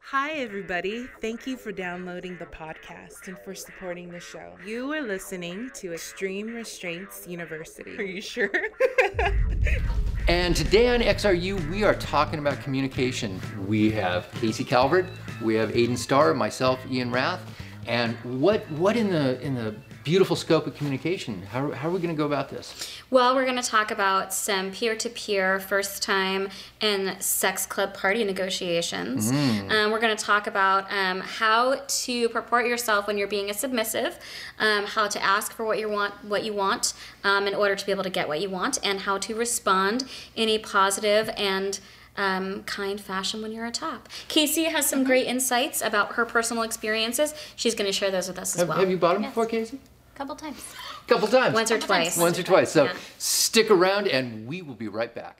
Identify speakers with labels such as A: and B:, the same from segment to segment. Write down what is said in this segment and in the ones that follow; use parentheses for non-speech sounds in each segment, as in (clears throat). A: Hi, everybody. Thank you for downloading the podcast and for supporting the show. You are listening to Extreme Restraints University. Are you sure?
B: And today on XRU, we are talking about communication. We have Casey Calvert, we have Aiden Starr, myself, Ian Rath, and what what in the in the beautiful scope of communication? How, how are we going to go about this?
C: Well, we're going to talk about some peer to peer first time and sex club party negotiations.
B: Mm-hmm.
C: Um, we're going to talk about um, how to purport yourself when you're being a submissive, um, how to ask for what you want, what you want um, in order to be able to get what you want, and how to respond in a positive and um, kind fashion when you're a top. Casey has
D: Mm-hmm.
C: some great insights about her personal experiences. She's going to share those with us as
B: Have,
C: well.
B: have you bought them before, Casey?
D: couple times.
B: A couple times.
C: Once or
D: Sometimes.
C: twice.
B: Once or twice. So
C: Yeah.
B: stick around, and we will be right back.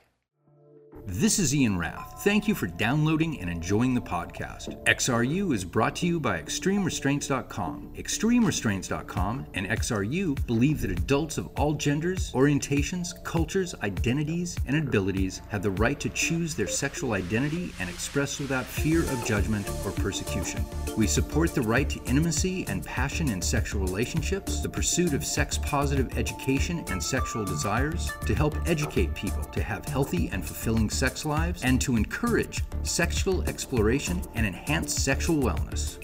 E: This is Ian Rath. Thank you for downloading and enjoying the podcast. XRU is brought to you by ExtremeRestraints.com. ExtremeRestraints.com and XRU believe that adults of all genders, orientations, cultures, identities, and abilities have the right to choose their sexual identity and express without fear of judgment or persecution. We support the right to intimacy and passion in sexual relationships, the pursuit of sex positive education and sexual desires, to help educate people to have healthy and fulfilling sex lives, and to encourage sexual exploration and enhance sexual wellness.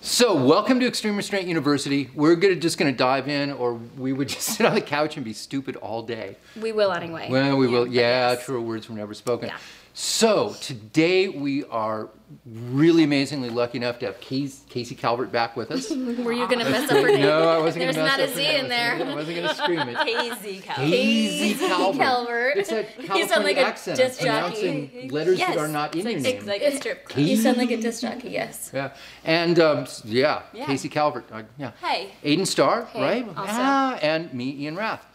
B: So, welcome to Extreme Restraint University. We're gonna, just going to dive in, or we would (laughs) just sit on the couch and be stupid all day.
C: we will anyway.
B: Well, we will.
C: but
B: Yeah,
C: yes.
B: truer words were never spoken.
C: Yeah.
B: So today we are really amazingly lucky enough to have Casey, Casey Calvert back with
C: (laughs)
B: us. no,
C: Were you going to mess up her name?
B: I wasn't going
C: There's
B: to mess
C: not
B: up
C: a
B: her
C: Z
B: name.
C: in
B: I
C: there.
B: wasn't going to scream it.
C: (laughs)
D: Easy cow.
B: Casey Calvert.
C: Calvert. (laughs)
B: It's that
C: You sound
B: California
C: like a
B: accent
C: disc jockey.
B: pronouncing letters that are not in your name.
D: a strip club.
C: You sound like a disc jockey, yes.
B: Yeah, and um, s- yeah,
D: Yeah.
B: Casey Calvert. uh, yeah.
D: Hey.
B: Aiden Starr, right?
C: also.
B: Yeah, and me, Ian Rath.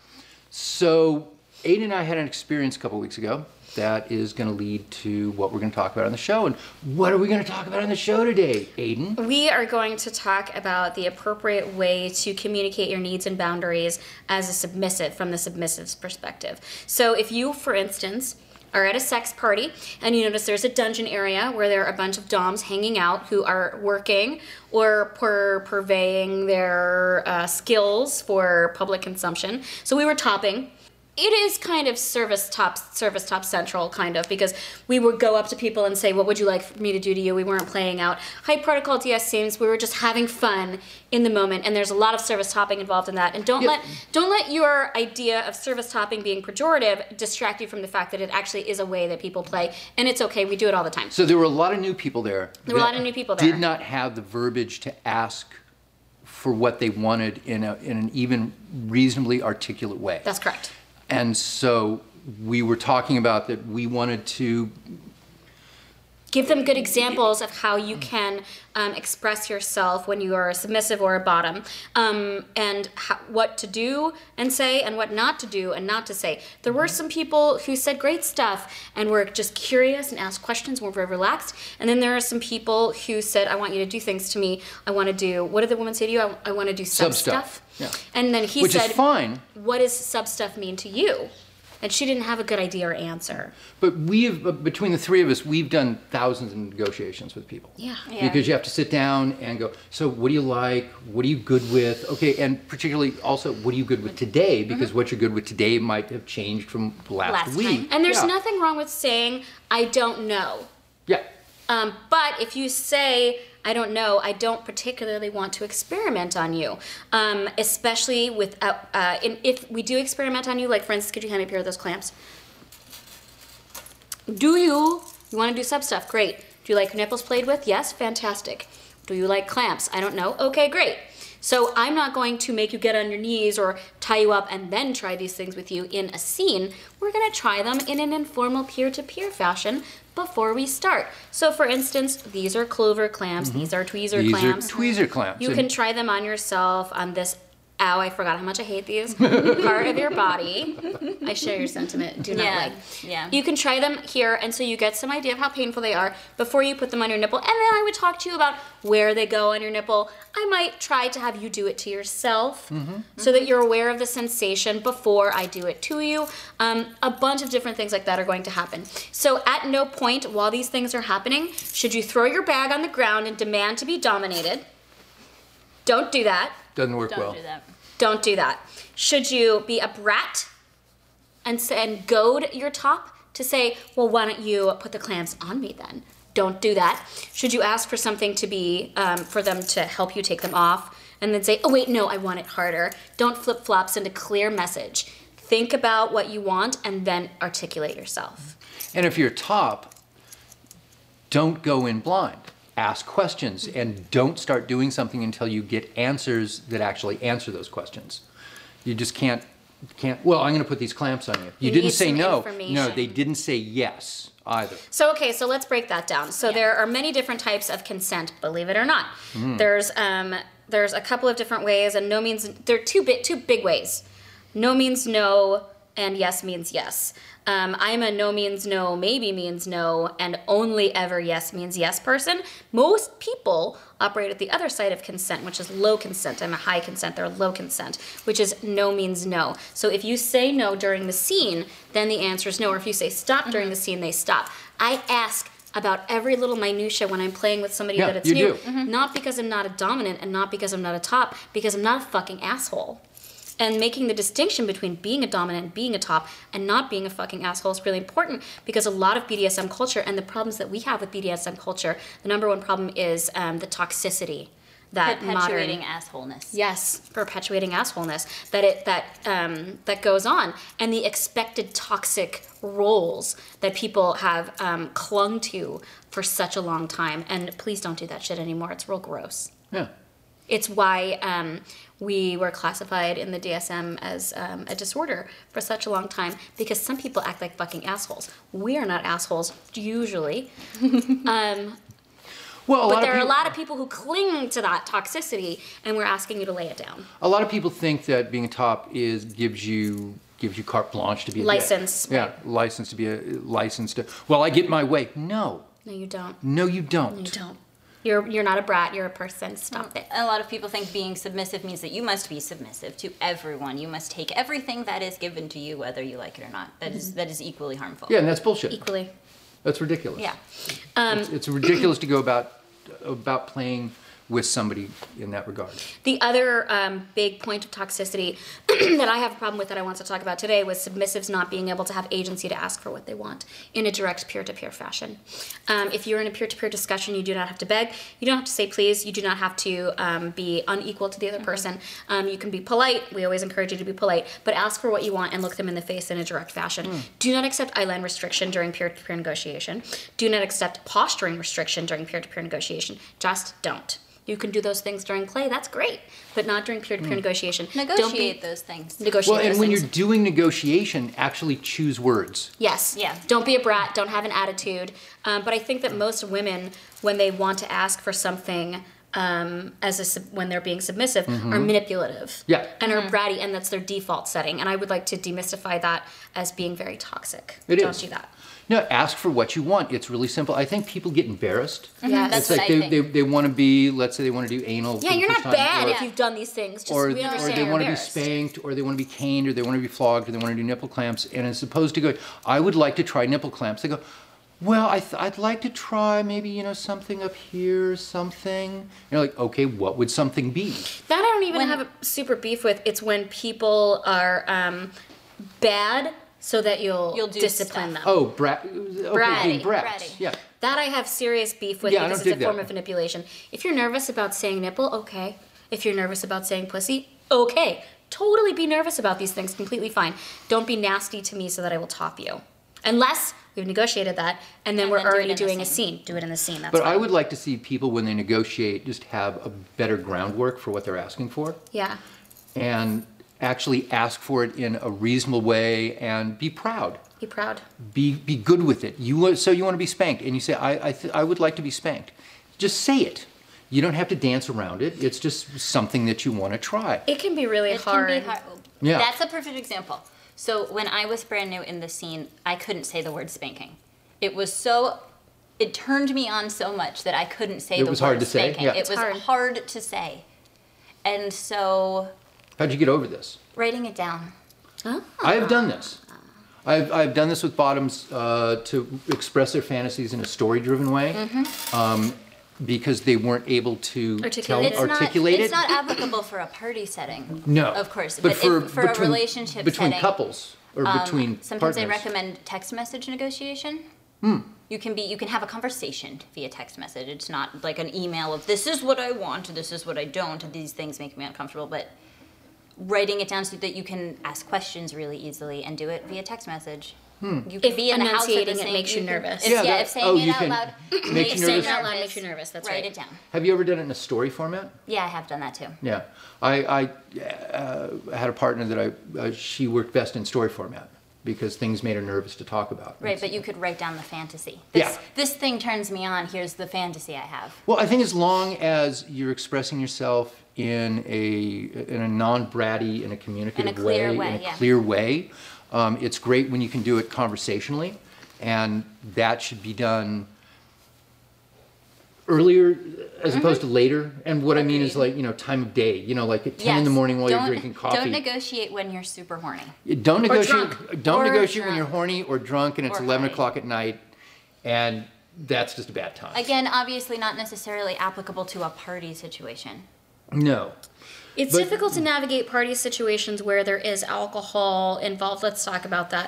B: So Aiden and I had an experience a couple weeks ago that is going to lead to what we're going to talk about on the show. And what are we going to talk about on the show today, Aiden?
C: We are going to talk about the appropriate way to communicate your needs and boundaries as a submissive from the submissive's perspective. So, if you, for instance, are at a sex party and you notice there's a dungeon area where there are a bunch of doms hanging out who are working or per- purveying their uh, skills for public consumption. So, we were topping it is kind of service top service top central kind of because we would go up to people and say what would you like for me to do to you we weren't playing out high protocol ds scenes we were just having fun in the moment and there's a lot of service topping involved in that and don't
B: Yeah.
C: let don't let your idea of service topping being pejorative distract you from the fact that it actually is a way that people play and it's okay we do it all the time
B: So there were a lot of new people there.
C: There were a lot
B: that
C: of new people there.
B: Did not have the verbiage to ask for what they wanted in a in an even reasonably articulate way.
C: that's correct
B: and so we were talking about that we wanted to
C: give them good examples of how you can um, express yourself when you are a submissive or a bottom um, and how, what to do and say and what not to do and not to say there were some people who said great stuff and were just curious and asked questions were very relaxed and then there are some people who said i want you to do things to me i want to do what did the woman say to you i, I want to do sub,
B: Sub stuff.
C: stuff and then he
B: which
C: said
B: is fine
C: what does sub stuff mean to you and she didn't have a good idea or answer
B: But we've but between the three of us, we've done thousands of negotiations with people.
C: Yeah.
D: Yeah.
B: Because you have to sit down and go. So what do you like? What are you good with? Okay, and particularly also, what are you good with today?
C: Mm-hmm.
B: Because what you're good with today might have changed from last,
D: Last
B: week.
D: time.
C: and there's
B: yeah.
C: nothing wrong with saying i don't know
B: Yeah.
C: Um, but if you say, I don't know, I don't particularly want to experiment on you, um, especially with, uh, uh, in, if we do experiment on you, like for instance, could you hand me a pair of those clamps? Do you, you want to do sub stuff? Great. Do you like nipples played with? Yes, fantastic. Do you like clamps? I don't know. Okay, great. So I'm not going to make you get on your knees or tie you up and then try these things with you in a scene. We're going to try them in an informal peer-to-peer fashion before we start. So for instance, these are clover clamps, these are tweezer
B: These
C: clamps.
B: are tweezer clamps.
C: you
B: and
C: can try them on yourself on this ow, I forgot how much I hate these, part of your body. I share your sentiment. Do not
D: Yeah,
C: like.
D: yeah.
C: You can try them here, and so you get some idea of how painful they are before you put them on your nipple. And then I would talk to you about where they go on your nipple. I might try to have you do it to yourself so that you're aware of the sensation before I do it to you. Um, a bunch of different things like that are going to happen. So at no point while these things are happening should you throw your bag on the ground and demand to be dominated. Don't do that.
B: Doesn't work
D: Don't
B: well.
D: do that.
C: Don't do that. Should you be a brat and, s- and goad your top to say, well, why don't you put the clams on me then? Don't do that. Should you ask for something to be, um, for them to help you take them off and then say, oh, wait, no, I want it harder? Don't flip flops send a clear message. Think about what you want and then articulate yourself.
B: And if you're top, don't go in blind. Ask questions and don't start doing something until you get answers that actually answer those questions. You just can't can't well, I'm going to put these clamps on you. You,
C: You
B: didn't
C: need
B: say
C: some
B: no. No,
C: information.
B: they didn't say yes either.
C: So okay, so let's break that down. So there are many different types of consent, believe it or not. There's um, there's a couple of different ways, and no means there are two bit two big ways. No means no, and yes means yes. Um, I'm a no means no, maybe means no, and only ever yes means yes person. Most people operate at the other side of consent, which is low consent. I'm a high consent, they're low consent, which is no means no. So if you say no during the scene, then the answer is no. Or if you say stop during
B: Mm-hmm.
C: the scene, they stop. I ask about every little minutia when I'm playing with somebody
B: Yeah,
C: that it's
B: you
C: new.
B: do.
C: Not because I'm not a dominant and not because I'm not a top, because I'm not a fucking asshole. And making the distinction between being a dominant and being a top and not being a fucking asshole is really important because a lot of BDSM culture and the problems that we have with BDSM culture, the number one problem is um, the toxicity that modern
D: Perpetuating assholeness.
C: Yes, perpetuating assholeness that it that um, that goes on, and the expected toxic roles that people have um, clung to for such a long time. And please don't do that shit anymore. It's real gross.
B: Yeah.
C: It's why um, we were classified in the DSM as um, a disorder for such a long time because some people act like fucking assholes. We are not assholes
B: (laughs)
C: usually. Um,
B: Well, a
C: But
B: lot
C: there
B: of
C: are a
B: people,
C: lot of people who cling to that toxicity, and we're asking you to lay it down.
B: a lot of people think that being a top is gives you gives you carte blanche to be a dick.
C: License,
B: Yeah, license to be a license to. Well, I get my way. No,
C: No, you don't.
B: no, you don't.
C: You don't. You're you're not a brat. You're a person. Stop it.
D: A lot of people think being submissive means that you must be submissive to everyone. You must take everything that is given to you, whether you like it or not. That is that is equally harmful.
B: Yeah, and that's bullshit.
C: Equally.
B: That's ridiculous.
D: Yeah.
B: it's, it's ridiculous to go about about playing with somebody in that regard.
C: The other um, big point of toxicity (clears throat) that I have a problem with that I want to talk about today was submissives not being able to have agency to ask for what they want in a direct peer to peer fashion. Um, if you're in a peer to peer discussion, you do not have to beg, you don't have to say please, you do not have to um, be unequal to the other person. Um, you can be polite, we always encourage you to be polite, but ask for what you want and look them in the face in a direct fashion. Do not accept eyeline restriction during peer to peer negotiation, do not accept posturing restriction during peer to peer negotiation. Just don't. You can do those things during play. That's great, but not during peer-to-peer negotiation. Don't be,
D: Negotiate those things.
C: Negotiate.
B: Hmm. Well, and
C: those
B: when
C: things.
B: you're doing negotiation, actually choose words.
C: yes,
D: Yeah.
C: Don't be a brat. Don't have an attitude. Um, but I think that most women, when they want to ask for something. Um, as a sub- when they're being submissive, are manipulative,
B: Mm-hmm. Yeah.
C: and are bratty, and that's their default setting. And I would like to demystify that as being very toxic.
B: It
C: Don't
B: is.
C: do that.
B: No, ask for what you want. It's really simple. I think people get embarrassed.
C: Yes.
B: It's
D: That's
B: like
D: what I
B: they,
D: think.
B: they, they want to be, let's say they want to do anal. for
C: Mm-hmm. yeah,
B: the
C: you're
B: first
C: not
B: time,
C: bad
B: or-
C: if you've done these things. Just
B: or,
C: we
B: or
C: understand
B: they
C: you're
B: want to be
C: embarrassed.
B: spanked, or they want to be caned, or they want to be flogged, or they want to do nipple clamps. And as opposed to go, I would like to try nipple clamps. They go, well, I th- I'd like to try maybe you know something up here, or something. And you're like, okay, what would something be?
C: That I don't even
D: When-
C: have a super beef with. It's when people are um, bad so that you'll,
D: You'll do
C: discipline
D: stuff.
C: them.
B: Oh, brat. Okay, being
C: Bratty,
B: brats.
D: bratty.
B: Yeah.
C: That I have serious beef with
B: Yeah, I
C: because
B: don't
C: it's a
B: dig
C: form
B: that.
C: of manipulation. If you're nervous about saying nipple, okay. If you're nervous about saying pussy, okay. Totally be nervous about these things, completely fine. Don't be nasty to me so that I will top you. Unless we've negotiated that and then
D: And
C: we're
D: then do it
C: already
D: in the
C: doing a
D: scene.
C: scene. Do it in the scene. That's
B: But
C: fine.
B: I would like to see people when they negotiate just have a better groundwork for what they're asking for,
C: yeah.
B: and actually ask for it in a reasonable way, and be proud.
C: Be proud.
B: be be good with it. You want- so you want to be spanked, and you say, I I, th- I would like to be spanked. Just say it. You don't have to dance around it. It's just something that you want to try.
C: It can be really hard.
F: It can be hard.
B: Yeah.
F: That's a perfect example. So when I was brand new in the scene, I couldn't say the word spanking. It was so it turned me on so much that I couldn't say
B: It
F: the
B: was
F: word
B: hard to say,
F: spanking.
B: yeah.
F: It
B: It's
F: was
C: hard.
F: hard to say. And so
B: How'd you get over this?
F: writing it down.
B: I've done this. I've, I've done this with bottoms uh, to express their fantasies in a story driven way
F: Mm-hmm.
B: um, because they weren't able to tell,
C: Articulate.
F: It's
B: articulate
F: not
B: it.
F: it's not applicable for a party setting.
B: no.
F: Of course.
B: But, for,
F: if, for
B: between,
F: a relationship
B: Between
F: setting,
B: couples or
F: um,
B: between
F: sometimes
B: partners. Hmm.
F: they recommend text message negotiation. You can be you can have a conversation via text message. It's not like an email of this is what I want, this is what I don't, and these things make me uncomfortable, but writing it down so that you can ask questions really easily and do it via text message. You can
C: If
F: be in the house at the
C: enunciating it
F: same-
C: makes you
F: can-
C: nervous.
F: if-
B: Hmm. Yeah,
F: yeah,
B: that-
F: if saying
B: oh,
F: it
B: you
F: out
B: can
F: loud
B: make you
F: you
B: nervous.
C: Saying it out loud makes you nervous. That's
F: Write
C: right.
F: it down.
B: Have you ever done it in a story format?
F: Yeah, I have done that too.
B: Yeah, I, I uh, had a partner that I uh, she worked best in story format because things made her nervous to talk about.
F: Right, but you could write down the fantasy.
B: Yeah.
F: This, this thing turns me on. Here's the fantasy I have.
B: Well, I think as long as you're expressing yourself in a in a non-bratty, in a communicative
F: clear way,
B: in a
F: yeah.
B: clear way, um, it's great when you can do it conversationally, and that should be done earlier as opposed to later. And what I mean is
F: Mm-hmm. Agreed.
B: like you know time of day. You know, like at ten in the
F: Yes.
B: morning while
F: Don't-
B: you're drinking coffee.
F: Don't negotiate when you're super horny.
B: Don't negotiate.
C: drunk.
B: Don't
F: Or
B: negotiate when
F: drunk.
B: you're horny or drunk, and it's
F: Or
B: eleven
F: high.
B: o'clock at night, and that's just a bad time.
F: Again, obviously not necessarily applicable to a party situation.
B: no,
C: It's
B: But-
C: difficult to navigate party situations where there is alcohol involved. Let's talk about that.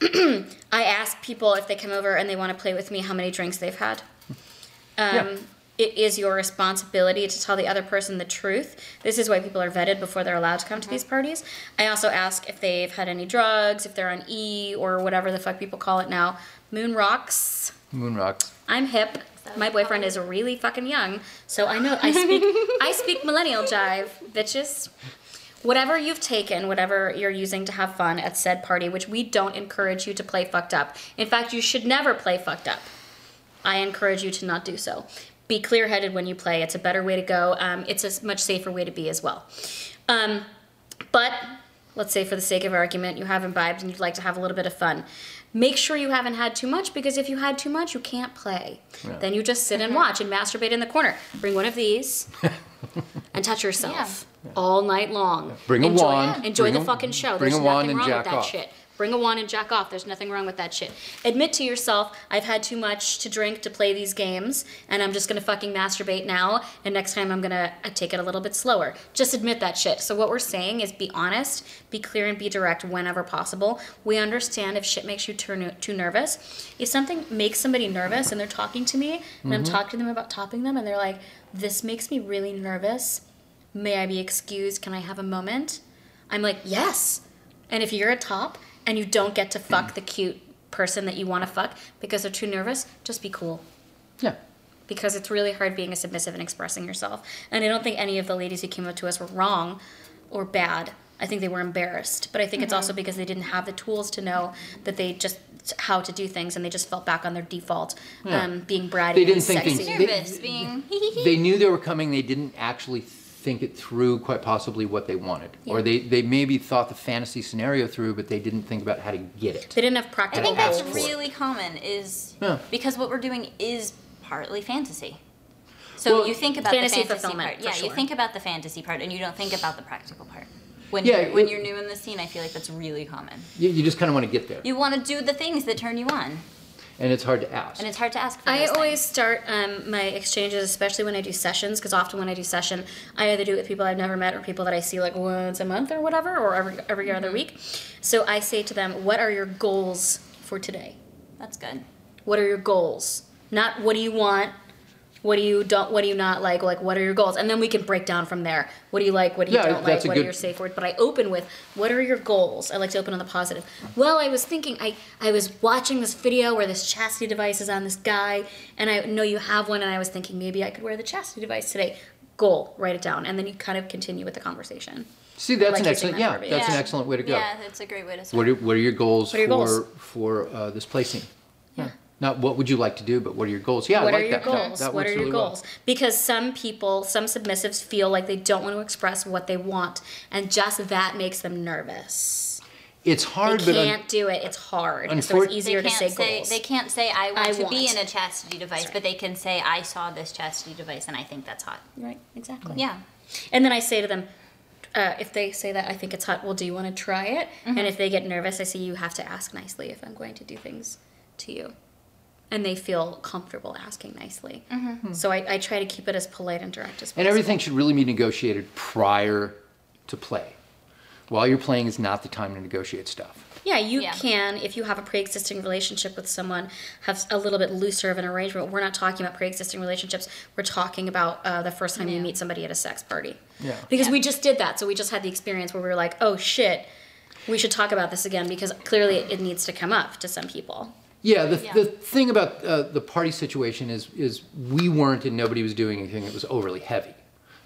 C: (clears throat) I ask people if they come over and they want to play with me how many drinks they've had. Um, It is your responsibility to tell the other person the truth. This is why people are vetted before they're allowed to come to these parties. I also ask if they've had any drugs, if they're on E or whatever the fuck people call it now. Moon rocks.
B: moon rocks.
C: I'm hip. My boyfriend is really fucking young, so I know I speak I speak millennial jive, bitches. Whatever you've taken, whatever you're using to have fun at said party, which we don't encourage you to play fucked up. In fact, you should never play fucked up. I encourage you to not do so. Be clear headed when you play. It's a better way to go. Um, it's a s- much safer way to be as well. Um, but let's say, for the sake of argument, you have imbibed and you'd like to have a little bit of fun. Make sure you haven't had too much because if you had too much, you can't play. Then you just sit and watch and masturbate in the corner. Bring one of these and touch yourself all night long.
B: Bring a
C: enjoy,
B: wand.
C: Enjoy
B: Bring
C: the
B: a-
C: fucking show.
B: bring
C: There's
B: a wand
C: nothing
B: and
C: wrong
B: jack
C: with that
B: off.
C: shit. Bring a wand and jack off. There's nothing wrong with that shit. Admit to yourself, I've had too much to drink to play these games, and I'm just gonna fucking masturbate now, and next time I'm gonna uh, take it a little bit slower. Just admit that shit. So, what we're saying is be honest, be clear, and be direct whenever possible. We understand if shit makes you turn, too nervous. If something makes somebody nervous and they're talking to me, and I'm
B: Mm-hmm.
C: talking to them about topping them, and they're like, this makes me really nervous, may I be excused? Can I have a moment? I'm like, yes. And if you're a top and you don't get to fuck the cute person that you want to fuck because they're too nervous, just be cool.
B: Yeah.
C: Because it's really hard being a submissive and expressing yourself. And I don't think any of the ladies who came up to us were wrong or bad. I think they were embarrassed. But I think it's
B: Mm-hmm.
C: also because they didn't have the tools to know that they just how to do things and they just fell back on their default um, being bratty
B: Hmm. They didn't
C: and
B: think
C: sexy.
B: things- They-
F: Nervous, being (laughs)
B: They knew they were coming. They didn't actually think it through quite possibly what they wanted, or they they maybe thought the fantasy scenario through, but they didn't think about how to get it.
C: They didn't have practical
F: I think that's
C: tools.
F: really common is
B: Yeah.
F: because what we're doing is partly fantasy. So
B: Well-
F: you think about
C: Fantasy
F: the fantasy
C: fulfillment,
F: part.
C: for
F: Yeah, you
C: sure.
F: think about the fantasy part and you don't think about the practical part. When
B: Yeah,
F: you're, when
B: it-
F: you're new in the scene, I feel like that's really common.
B: You, you just kind of want to get there,
F: You want to do the things that turn you on,
B: and it's hard to ask.
F: and it's hard to ask for.
C: I
F: those
C: always start um, my exchanges, especially when I do sessions, because often when I do session, I either do it with people I've never met or people that I see like once a month or whatever, or every every other week. So I say to them, "What are your goals for today?
F: things. That's good.
C: What are your goals? Not what do you want." What do you don't? What do you not like? Like, what are your goals? And then we can break down from there. What do you like? What do you
B: Yeah,
C: don't like?
B: that's a
C: What are
B: good-
C: your safe words? But I open with, what are your goals? I like to open on the positive. Well, I was thinking, I I was watching this video where this chastity device is on this guy, and I know you have one, and I was thinking maybe I could wear the chastity device today. Goal, write it down, and then you kind of continue with the conversation.
B: See, that's
C: like
B: an
C: using
B: excellent
C: that
B: yeah.
C: verbiage.
B: That's an
F: Yeah.
B: excellent way to go.
F: Yeah, that's a great way to start.
B: What are, what are your goals
C: What are
B: for
C: your goals?
B: for uh, this placing?
C: Yeah.
B: Not what would you like to do, but what are your goals? Yeah,
C: what
B: I
C: are
B: like
C: your
B: that. That-
C: goals?
B: that
C: what
B: works
C: are your
B: really well.
C: goals? Because some people, some submissives feel like they don't want to express what they want, and just that makes them nervous.
B: It's
C: They
B: hard, but un-
C: can't do it. It's hard. so
B: unfor-
C: it's easier to
D: can't
C: say goals.
D: They can't say I want
C: I
D: to be
C: want."
D: in a chastity device,
C: right.
D: but they can say I saw this chastity device and I think that's hot.
C: right, exactly.
D: Yeah.
C: And then I say to them, uh, if they say that I think it's hot, well, do you want to try it? And if they get nervous, I say you have to ask nicely if I'm going to do things to you. And they feel comfortable asking nicely. So I, I try to keep it as polite and direct as possible.
B: and everything should really be negotiated prior to play. While you're playing is not the time to negotiate stuff.
C: Yeah, you
D: Yeah.
C: can, if you have a pre existing relationship with someone, have a little bit looser of an arrangement. We're not talking about pre existing relationships. We're talking about uh, the first time you meet somebody at a sex party.
B: Yeah.
C: Because we just did that. So we just had the experience where we were like, oh shit, we should talk about this again because clearly it, it needs to come up to some people.
B: Yeah, the, the thing about uh, the party situation is is we weren't and nobody was doing anything that was overly heavy.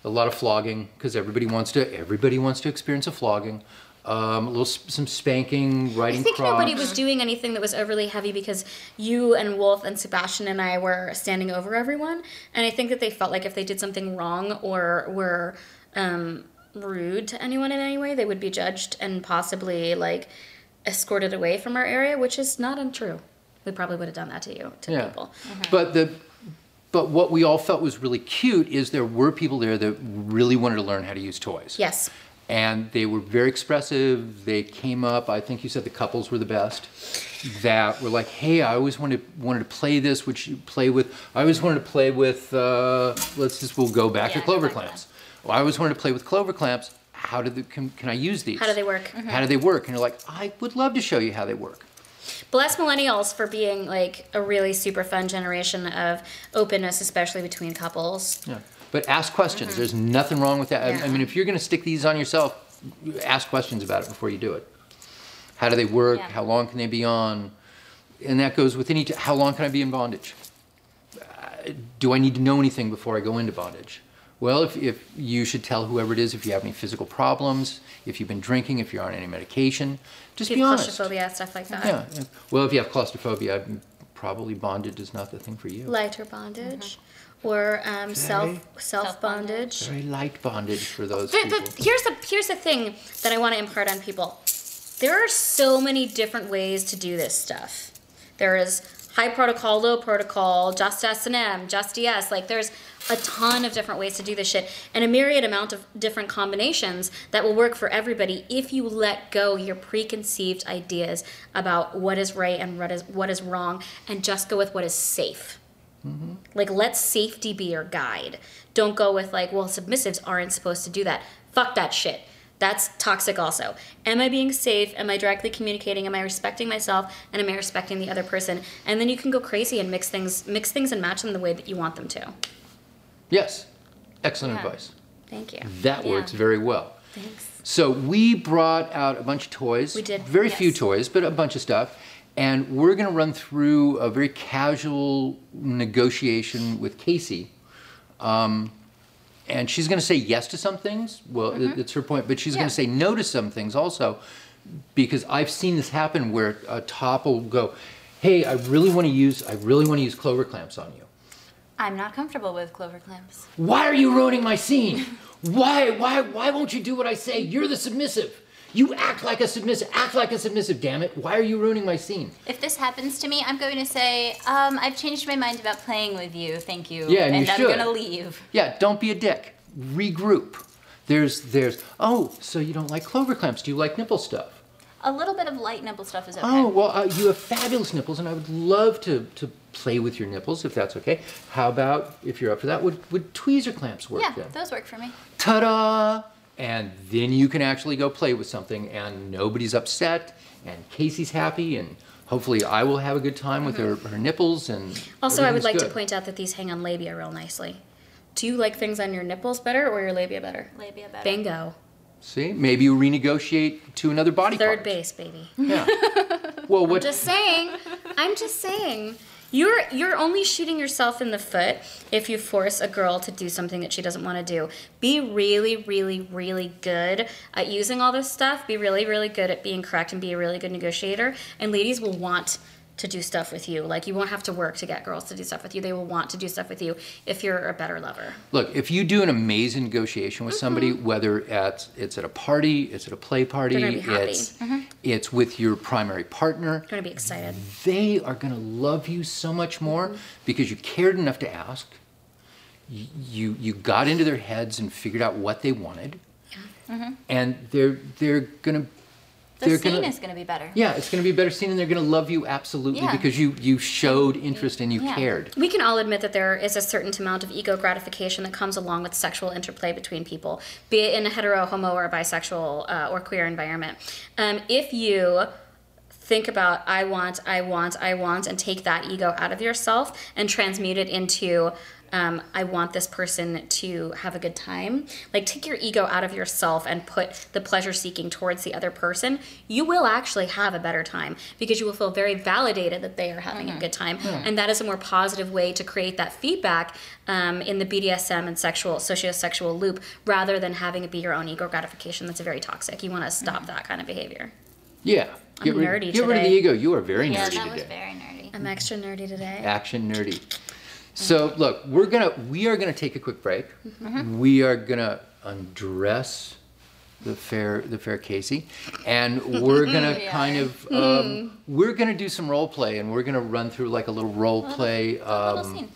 B: A lot of flogging because everybody wants to everybody wants to experience a flogging. Um, a little s- some spanking, riding
C: I think
B: crocs.
C: nobody was doing anything that was overly heavy because you and Wolf and Sebastian and I were standing over everyone, and I think that they felt like if they did something wrong or were um, rude to anyone in any way, they would be judged and possibly like escorted away from our area, which is not untrue. We probably would have done that to you, to people. Mm-hmm.
B: But the but what we all felt was really cute is there were people there that really wanted to learn how to use toys.
C: Yes.
B: And they were very expressive. They came up. I think you said the couples were the best. That were like, hey, I always wanted wanted to play this. Which you play with? I always wanted to play with. Uh, let's just we'll go back
D: Yeah,
B: to clover
D: like that.
B: clamps. Well, I always wanted to play with clover clamps. How do the, can, can I use these?
C: How do they work?
B: How do they work? And you're like, I would love to show you how they work.
C: bless millennials for being like a really super fun generation of openness, especially between couples.
B: Yeah. But ask questions. There's nothing wrong with that. I- I
C: Yeah.
B: mean, if you're going to stick these on yourself, ask questions about it before you do it. How do they work?
D: Yeah.
B: How long can they be on? And that goes with any. T- how long can I be in bondage? Uh, do I need to know anything before I go into bondage? Well, if, if you should tell whoever it is if you have any physical problems, if you've been drinking, if you're on any medication, just
C: People
B: be
C: with
B: honest.
C: claustrophobia, stuff like that.
B: Yeah, yeah. Well, if you have claustrophobia, probably bondage is not the thing for you.
C: lighter bondage or um, self self bondage.
B: Very light bondage for those
C: But,
B: people.
C: but here's the here's the thing that I want to impart on people. There are so many different ways to do this stuff. There is high protocol, low protocol, just S and M, just ES. Like there's a ton of different ways to do this shit, and a myriad amount of different combinations that will work for everybody if you let go your preconceived ideas about what is right and what is what is wrong, and just go with what is safe. Like, let safety be your guide. Don't go with, like, well, submissives aren't supposed to do that. Fuck that shit. That's toxic, also. Am I being safe? Am I directly communicating? Am I respecting myself? And am I respecting the other person? And then you can go crazy and mix things, mix things and match them the way that you want them to.
B: Yes, excellent
D: Yeah.
B: advice.
C: Thank you.
B: That
D: Yeah.
B: works very well.
C: Thanks.
B: So we brought out a bunch of toys.
C: We did,
B: Very few
C: yes.
B: toys, but a bunch of stuff. And we're going to run through a very casual negotiation with Casey. Um, and she's going to say yes to some things. Well, it-
C: Mm-hmm.
B: it's her point, but she's going to say no to some things also, because I've seen this happen where a top will go, "Hey, I really want to use, I really want to use clover clamps on you."
D: I'm not comfortable with clover clamps.
B: Why are you ruining my scene? Why, why, why won't you do what I say? You're the submissive. You act like a submissive. Act like a submissive, damn it. Why are you ruining my scene?
D: If this happens to me, I'm going to say, um, I've changed my mind about playing with you. Thank you.
B: Yeah, and you
D: I'm
B: should.
D: gonna leave.
B: Yeah, don't be a dick. Regroup. There's, there's, oh, so you don't like clover clamps. Do you like nipple stuff?
D: A little bit of light nipple stuff is okay.
B: Oh, well, uh, you have fabulous nipples, and I would love to, to play with your nipples if that's okay. How about, if you're up for that, would, would tweezer clamps work
D: yeah,
B: then?
D: those work for me.
B: ta-da and then you can actually go play with something and nobody's upset and casey's happy and hopefully i will have a good time with her, her nipples and
C: Also, I would
B: everything's
C: like
B: good.
C: to point out that these hang on labia real nicely. Do you like things on your nipples better or your labia better?
D: Labia better.
C: Bingo.
B: see maybe you renegotiate to another body
C: Third
B: part.
C: base, baby. (laughs)
B: yeah well what
C: just saying. I'm just saying. You're you're only shooting yourself in the foot if you force a girl to do something that she doesn't want to do. Be really, really, really good at using all this stuff. Be really, really good at being correct and be a really good negotiator. And ladies will want to do stuff with you. Like you won't have to work to get girls to do stuff with you. They will want to do stuff with you if you're a better lover.
B: Look, if you do an amazing negotiation with somebody, whether at it's at a party, it's at a play party,
C: Mm-hmm. gonna be happy. Mm-hmm.
B: it's it's with your primary partner,
C: You're gonna be excited.
B: they are going to love you so much more
D: Mm-hmm.
B: because you cared enough to ask. You, you you got into their heads and figured out what they wanted, and they're they're going to
D: Mm-hmm. The
B: they're
D: scene
B: gonna,
D: is going to be better.
B: yeah, it's going to be a better scene, and they're going to love you absolutely
D: Yeah.
B: because you you showed interest and you
D: Yeah.
B: cared.
C: We can all admit that there is a certain amount of ego gratification that comes along with sexual interplay between people, be it in a hetero, homo, or bisexual uh, or queer environment. Um, if you think about I want, I want, I want, and take that ego out of yourself and transmute it into um, I want this person to have a good time. Like, take your ego out of yourself and put the pleasure seeking towards the other person. You will actually have a better time because you will feel very validated that they are having a good time. And that is a more positive way to create that feedback um, in the BDSM and sexual, sociosexual loop rather than having it be your own ego gratification. That's very toxic. You want to stop that kind of behavior.
B: Yeah, get rid,
C: nerdy
B: get rid of the
C: today.
B: ego. You are very
D: Yeah,
B: nerdy
D: that was
B: today.
D: very nerdy.
C: I'm extra nerdy today.
B: action nerdy. So look, we're gonna we are gonna take a quick break.
D: Mm-hmm.
B: We are gonna undress the fair the fair Casey, and we're
D: (laughs)
B: gonna kind of
D: Hmm.
B: um, we're gonna do some role play, and we're gonna run through like a little role play
D: Uh-huh. Little
B: um,
D: scene.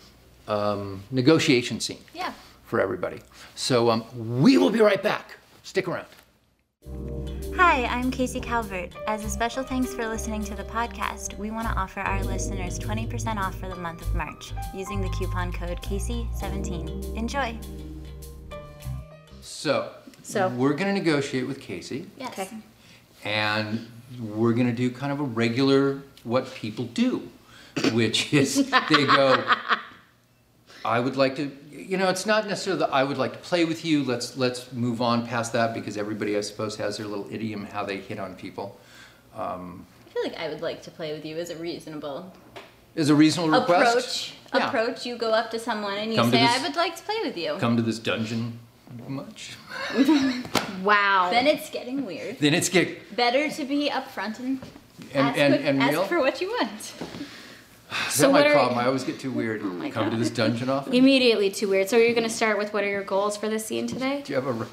B: um, negotiation scene
D: Yeah.
B: for everybody. So um, we will be right back. Stick around.
F: Hi, I'm Casey Calvert. As a special thanks for listening to the podcast, we want to offer our listeners 20% off for the month of March using the coupon code Casey17. Enjoy!
B: So,
C: So-
B: we're gonna negotiate with Casey,
D: Yes.
C: Okay.
B: and we're gonna do kind of a regular what people do,
D: (laughs)
B: which is they go, I would like to, you know, it's not necessarily that I would like to play with you. Let's let's move on past that because everybody, I suppose, has their little idiom how they hit on people.
D: I feel like I would like to play with you as a reasonable
B: Is a reasonable request.
D: approach.
B: Yeah.
D: Approach. You go up to someone and you
B: Come to
D: say,
B: this-
D: "I would like to play with you."
B: Come to this dungeon much? (laughs)
C: Wow.
D: Then it's getting weird.
B: Then it's get
D: Better to be upfront and
B: and
D: ask,
B: and,
D: what-
B: and
D: ask
B: real. (laughs)
D: for what you want.
B: That's
C: So
B: my
C: what are-
B: problem. I always get too weird.
D: Oh
B: Come to this dungeon
D: (laughs)
B: often.
C: Immediately too weird. So are you going to start with what are your goals for this scene today?
B: Do you have a? re-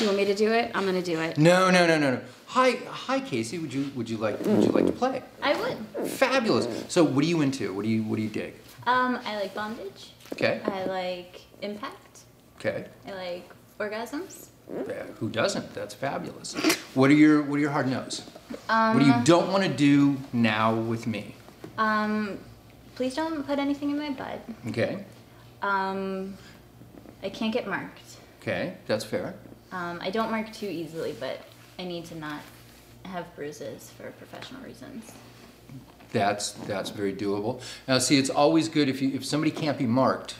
C: You want me to do it? I'm going to do it.
B: No, no, no, no, no. Hi, hi, Casey. Would you would you like would you like to play?
D: I would.
B: Fabulous. So, what are you into? What do you what do you dig?
D: Um, I like bondage.
B: Okay.
D: I like impact.
B: Okay.
D: I like orgasms.
B: Yeah, who doesn't? That's fabulous. What are your what are your hard no's? what do you don't want to do now with me?
D: Um, please don't put anything in my butt.
B: Okay.
D: Um, I can't get marked.
B: Okay. That's fair.
D: Um, I don't mark too easily, but I need to not have bruises for professional reasons.
B: That's that's very doable. Now, see, it's always good if you if somebody can't be marked,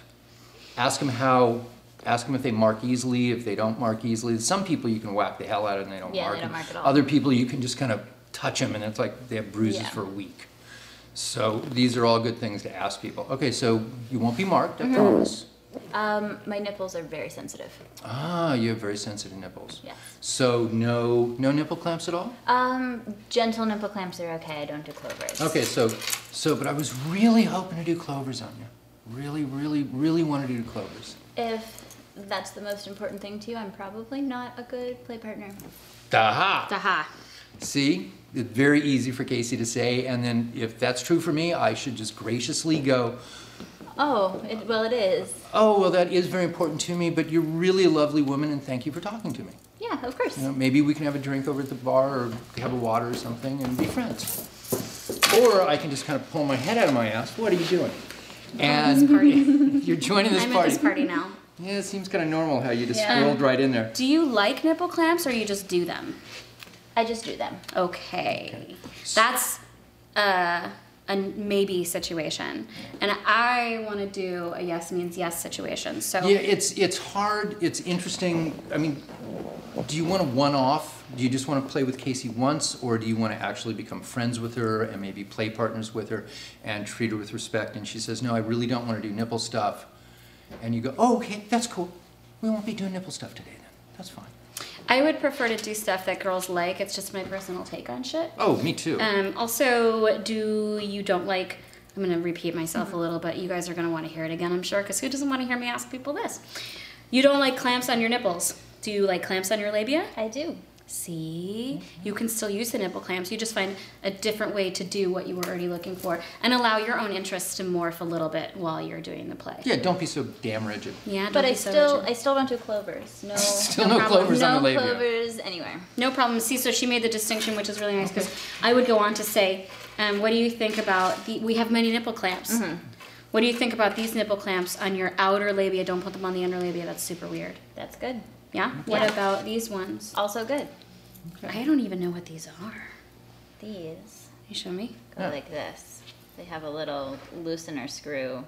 B: ask them how. Ask them if they mark easily. If they don't mark easily, some people you can whack the hell out of and they don't
D: Yeah, they
B: mark.
D: don't
B: 'em.
D: mark at all.
B: Other people you can just kind of touch them and it's like they have bruises
D: Yeah.
B: for a week. So these are all good things to ask people. Okay, so you won't be marked, I
D: Mm-hmm.
B: promise.
D: Um, my nipples are very sensitive.
B: Ah, you have very sensitive nipples.
D: Yes.
B: So no no nipple clamps at all.
D: Um, gentle nipple clamps are okay. I don't do clovers.
B: Okay, so, so, but I was really hoping to do clovers on you. Really, really, really wanted to do clovers.
D: If that's the most important thing to you, I'm probably not a good play partner.
B: Aha!
C: Aha.
B: See, it's very easy for Casey to say, and then if that's true for me, I should just graciously go,
D: Oh, it, well, it is.
B: oh, well, that is very important to me, but you're really a lovely woman, and thank you for talking to me.
D: Yeah, of course.
B: You know, maybe we can have a drink over at the bar or have a water or something and be friends. Or I can just kind of pull my head out of my ass. What are you doing? And (laughs) you're joining this
C: I'm at
B: party.
C: this party now.
B: Yeah, it seems kind of normal how you just
D: Yeah.
B: rolled right in there.
C: Do you like nipple clamps or you just do them?
D: I just do them.
C: Okay. That's a, a maybe situation. And I want to do a yes means yes situation. So
B: Yeah, it's it's hard. It's interesting. I mean, do you want a one-off? Do you just want to play with Casey once, or do you want to actually become friends with her and maybe play partners with her and treat her with respect? And she says, "No, I really don't want to do nipple stuff." And you go, "Oh, okay, that's cool. We won't be doing nipple stuff today then. That's fine."
C: I would prefer to do stuff that girls like. It's just my personal take on shit.
B: Oh, me too.
D: Uh,
C: Um, also, do you don't like? I'm going to repeat myself a
D: Mm-hmm.
C: little, but you guys are going to want to hear it again, I'm sure, because who doesn't want to hear me ask people this? You don't like clamps on your nipples. Do you like clamps on your labia?
D: I do.
C: See,
D: Mm-hmm.
C: you can still use the nipple clamps. You just find a different way to do what you were already looking for, and allow your own interests to morph a little bit while you're doing the play.
B: yeah, don't be so damn rigid.
C: Yeah, don't
D: But I
C: be so
D: still,
C: rigid.
D: I still don't do
B: (laughs)
D: clovers. No,
B: Still no,
C: problem.
B: clovers on
D: no
B: the labia.
D: clovers anywhere.
C: No problem. See, so she made the distinction, which is really nice because I would go on to say, um, what do you think about the? We have many nipple clamps.
D: Mm-hmm.
C: What do you think about these nipple clamps on your outer labia? Don't put them on the under labia. That's super weird.
D: That's good.
C: Yeah. What
D: Mm-hmm. Yeah.
C: about these ones?
D: Also good.
C: I don't even know what these are.
D: These
C: You show me.
D: go like this. They have a little loosener screw,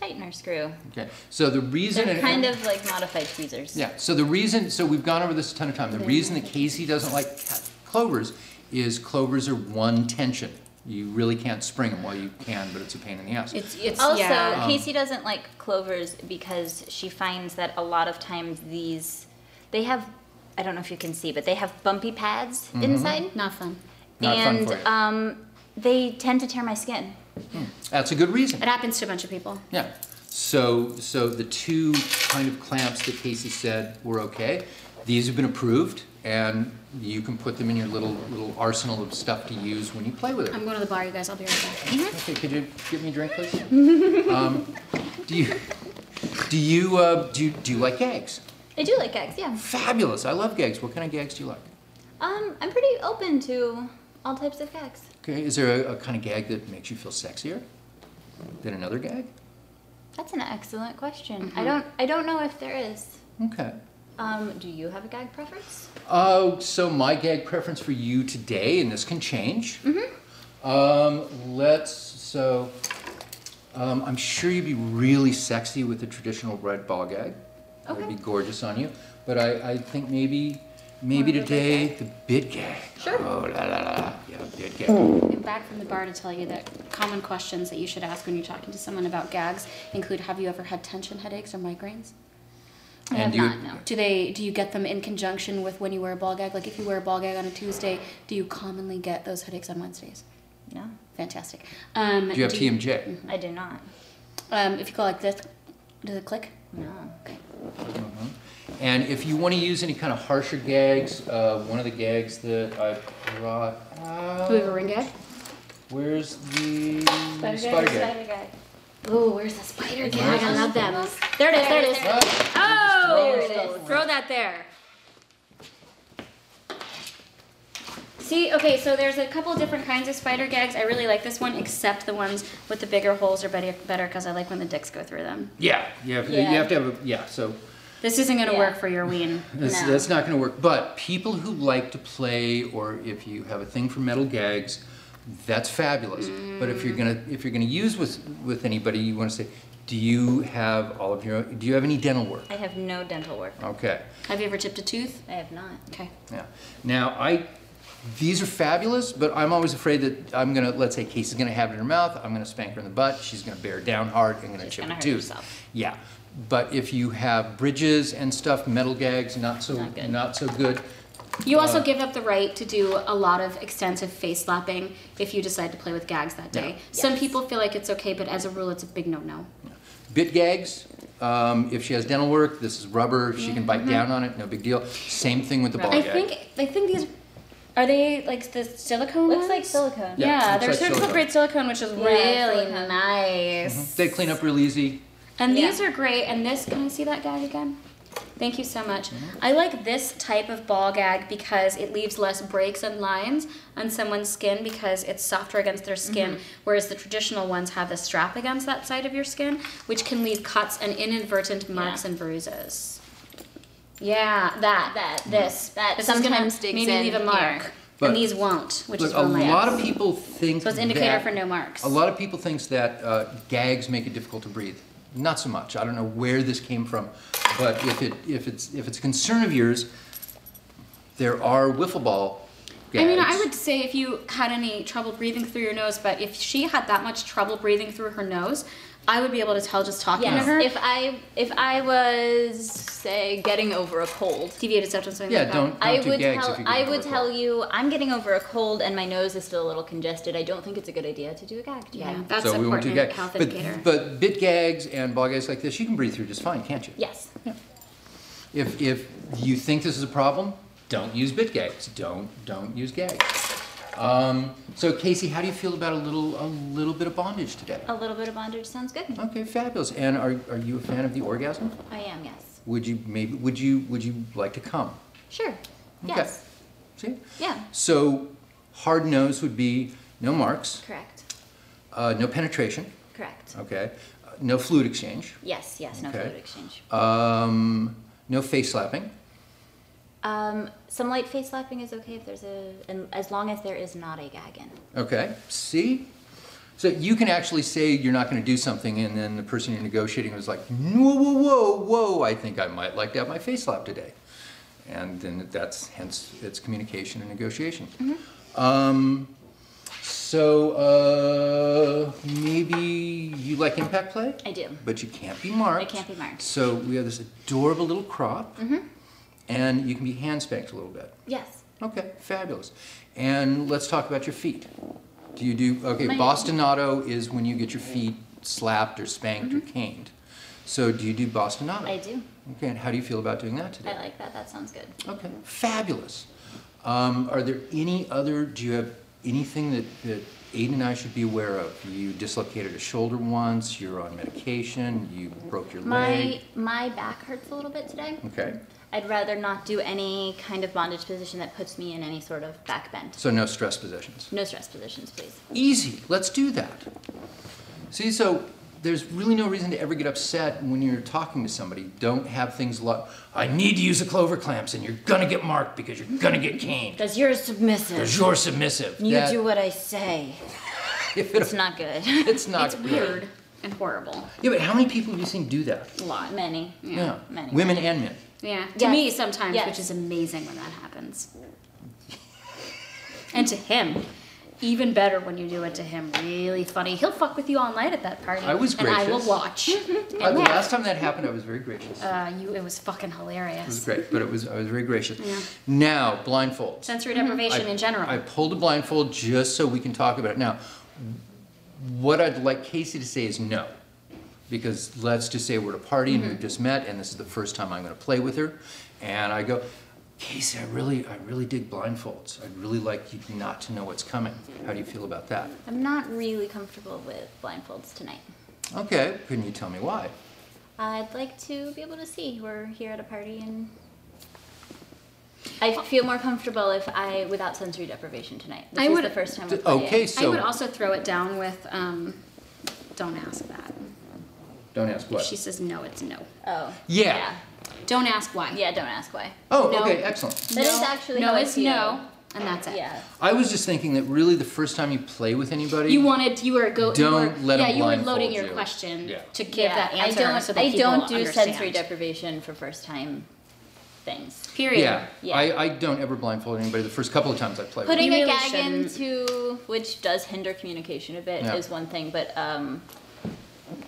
D: tightener screw.
B: Okay. So the reason
D: They're
B: and-
D: kind of like modified tweezers.
B: Yeah. So the reason, so we've gone over this a ton of time. The reason that Casey doesn't like ca- clovers is clovers are one tension. You really can't spring them. Well, you can, but it's a pain in the ass.
C: It's it's
D: Also,
C: yeah.
D: Casey doesn't like clovers because she finds that a lot of times these, they have, I don't know if you can see, but they have bumpy pads inside,
C: not fun.
B: Not Mm-hmm. fun
D: and
B: for you.
D: um, they tend to tear my skin.
B: That's a good reason.
C: It happens to a bunch of people.
B: Yeah. So, so the two kind of clamps that Casey said were okay. These have been approved, and you can put them in your little little arsenal of stuff to use when you play with it.
C: I'm going to the bar, you guys. I'll be right back.
B: Okay, could you get me a drink, please? um, do you do you uh, do you, do you like gags?
D: I do like eggs, yeah.
B: Fabulous! I love gags. What kind of gags do you like?
D: Um, I'm pretty open to all types of eggs.
B: Okay, is there a, a kind of gag that makes you feel sexier than another gag?
D: That's an excellent question. I don't, I don't know if there is.
B: Okay.
D: Um, do you have a gag preference?
B: Oh, so my gag preference for you today, and this can change. Um, let's so. Um, I'm sure you'd be really sexy with the traditional red ball gag. That'd
D: Okay.
B: be gorgeous on you. But I, I think maybe maybe today the bit gag. Sure. Oh la la la. Yeah, bit gag.
C: I'm back from the bar to tell you that common questions that you should ask when you're talking to someone about gags include Have you ever had tension headaches or migraines?
D: I
B: And
D: have
B: do you-
D: not, no.
C: Do they do you get them in conjunction with when you wear a ball gag? Like if you wear a ball gag on a Tuesday, do you commonly get those headaches on Wednesdays?
D: No,
C: Fantastic. Um,
B: Do you have
C: do you-
B: TMJ?
D: I do not.
C: um, if you go like this, does it click?
D: No.
C: Okay.
B: And if you want to use any kind of harsher gags, uh, one of the gags that I brought out.
C: Do we have a ring gag?
B: Where's the spider, gag?
D: gag.
C: Oh, where's the spider gag?
B: Where's
C: I (laughs)
B: the-
C: love them. There it is. There it is.
B: Ah,
C: Oh, throw that there. See, okay, so there's a couple different kinds of spider gags. I really like this one, except the ones with the bigger holes are better better because I like when the dicks go through them.
B: Yeah, yeah, you
D: Yeah.
B: have to have a, yeah, so
C: This isn't gonna
D: Yeah.
C: work for your ween.
B: that's,
D: No.
B: that's not going to work. But people who like to play, or if you have a thing for metal gags, that's fabulous. But if you're gonna
C: Mm.
B: if you're gonna use with with anybody, you want to say, do you have all of your own, do you have any dental work?
D: I have no dental work.
B: Okay,
C: Have you ever tipped a tooth?
D: I have not.
C: Okay.
B: yeah. Now I these are fabulous, but I'm always afraid that I'm gonna let's say Casey's gonna have it in her mouth. I'm gonna spank her in the butt. She's gonna bear down hard. I'm gonna
D: She's
B: chip
D: gonna
B: her
D: hurt
B: tooth.
D: herself.
B: Yeah, but if you have bridges and stuff, metal gags, not so
D: Not good.
B: not so good.
C: You also give up the right to do a lot of extensive face slapping if you decide to play with gags that day.
B: Yeah.
C: Some people feel like it's okay, but as a rule, it's a big no-no.
B: Bit gags. Um, if she has dental work, this is rubber. If she can
D: Mm-hmm.
B: bite down on it, no big deal. Same thing with the ball
C: I
B: gag.
C: think I think these are they like the silicone? ones?
D: Looks like silicone.
B: Yeah,
C: Yeah,
B: looks
C: there's
B: like silicone. Mm-hmm.
C: certain great silicone, which is
D: Yeah,
C: really
D: silicone.
C: nice.
B: they clean up real easy.
C: And
D: Yeah.
C: these are great. And this, can I see that gag again? Thank you so much. I like this type of ball gag because it leaves less breaks and lines on someone's skin because it's softer against their skin,
D: Mm-hmm.
C: whereas the traditional ones have the strap against that side of your skin, which can leave cuts and inadvertent marks and bruises. Yeah, that
D: That.
C: this
D: That
C: this is gonna
D: sometimes digs
C: maybe
D: in
C: leave a
D: here.
C: mark,
B: But-
C: and these won't, which
B: Look,
C: is
B: a
C: real nice.
B: lot of people think
C: So it's indicator
B: that-
C: for no marks.
B: A lot of people thinks that uh, gags make it difficult to breathe. Not so much. I don't know where this came from, but if it if it's if it's a concern of yours, there are wiffle ball gags.
C: I mean, I would say if you had any trouble breathing through your nose, but if she had that much trouble breathing through her nose, I would be able to tell just talking
D: Yes.
C: to her.
D: If I if I was say getting over a cold,
C: deviated septum, something
B: Yeah,
C: like that.
B: don't-
D: I
B: do
D: would
B: gags
D: tell
B: if you get
D: I
B: over a
D: would tell
B: cold.
D: you I'm getting over a cold and my nose is still a little congested. I don't think it's a good idea to do a gag.
C: Yeah,
D: Yeah.
C: that's
B: so we won't
C: important
B: do
C: in
B: gags.
C: health indicator.
B: But, but bit gags and ball gags like this, you can breathe through just fine, can't you?
D: Yes.
B: If, if you think this is a problem, don't use bit gags. Don't don't use gags. Um, so Casey, how do you feel about a little a little bit of bondage today?
D: A little bit of bondage sounds good.
B: Okay, fabulous. And are, are you a fan of the orgasm?
D: I am. Yes.
B: Would you maybe would you would you like to come?
D: Sure.
B: Okay.
D: Yes.
B: See?
D: Yeah.
B: So hard nose would be no marks,
D: Correct.
B: uh, no penetration,
D: Correct.
B: okay, uh, no fluid exchange,
D: Yes. Yes. No
B: Okay.
D: fluid exchange.
B: um, no face slapping.
D: Um, some light face slapping is okay if there's a, and as long as there is not a gag in.
B: Okay, see? So you can actually say you're not going to do something, and then the person you're negotiating was like, whoa, whoa, whoa, whoa, I think I might like to have my face slapped today. And then that's hence it's communication and negotiation.
D: Mm-hmm.
B: Um, so uh, maybe you like impact play?
D: I do.
B: But you can't be marked.
D: I can't be marked. Mm-hmm.
B: So we have this adorable little crop, and you can be hand spanked a little bit.
D: Yes.
B: Okay, fabulous. And let's talk about your feet. Do you do, okay,
D: My-
B: bastinado is when you get your feet slapped or spanked or caned. So do you do bastinado?
D: Mm-hmm. I do.
B: Okay, and how do you feel about doing that
D: I
B: today?
D: like that. That sounds good.
B: Okay, fabulous. Um, are there any other, do you have anything that, that Aiden and I should be aware of? You dislocated a shoulder once, you're on medication, you broke your
D: My
B: leg.
D: my back hurts a little bit today.
B: Okay,
D: I'd rather not do any kind of bondage position that puts me in any sort of back bend.
B: so no stress positions.
D: No stress positions, please.
B: easy. Let's do that. See, so there's really no reason to ever get upset when you're talking to somebody. Don't have things like, I need to use the clover clamps, and you're gonna get marked because you're gonna get caned.
D: Because you're submissive.
B: Because you're submissive.
D: You
B: That-
D: do what I say.
B: if it-
D: It's not good. (laughs)
B: it's not
C: it's
B: good.
C: weird and horrible.
B: Yeah, but how many people have you seen do that?
C: A lot.
D: Many.
C: Yeah.
D: many.
B: Women and men.
C: Yeah. To
D: Yes.
C: me sometimes,
D: Yes.
C: which is amazing when that happens. and to him, even better when you do it to him. Really funny. He'll fuck with you all night at that party.
B: I was
C: And I will
B: gracious.
C: (laughs) watch. And
B: Uh, the
C: laugh.
B: last time that happened, I was very gracious. It
C: Uh, you, it was fucking
B: was
C: hilarious.
B: great, but it was I was very gracious. Now blindfolds.
C: Sensory deprivation in general.
B: I pulled a blindfold just so we can talk about it. Now, what I'd like Casey to say is no. Because let's just say we're at a party
C: Mm-hmm.
B: and we've just met and this is the first time I'm gonna play with her. And I go, Casey, I really, I really dig blindfolds. I'd really like you not to know what's coming. How do you feel about that?
D: I'm not really comfortable with blindfolds tonight.
B: Okay, can you tell me why?
D: I'd like to be able to see. We're here at a party and I feel more comfortable if I without sensory deprivation tonight. This
C: I
D: is
C: would-
D: the first time.
B: D-
D: we're playing.
B: Okay,
C: I would
B: so,
C: also throw it down with, um, don't ask that.
B: don't ask
C: If she
B: what.
C: says no, it's no.
D: Oh.
B: Yeah.
C: Don't ask why.
D: Yeah. Yeah, Don't ask why.
B: Oh,
C: No.
B: okay, excellent.
D: That is actually
C: no
D: how I
C: is
D: feel.
C: no, and that's it.
D: Yeah.
B: I was just thinking that really the first time you play with anybody.
C: You wanted you were go. you
B: Don't
C: were,
B: let
C: yeah,
B: them
C: you were
B: blindfold
C: loading your
B: you.
C: question
B: Yeah.
C: to give
D: Yeah,
C: that answer.
D: I don't,
C: so that
D: I
C: people
D: don't do
C: understand.
D: sensory deprivation for first time things.
C: Period.
B: Yeah,
D: Yeah.
B: I, I don't ever blindfold anybody. The first couple of times I play with
D: Putting
C: You
D: a
C: really
D: gag
C: shouldn't.
D: into which does hinder communication a bit
B: Yeah.
D: is one thing, but um,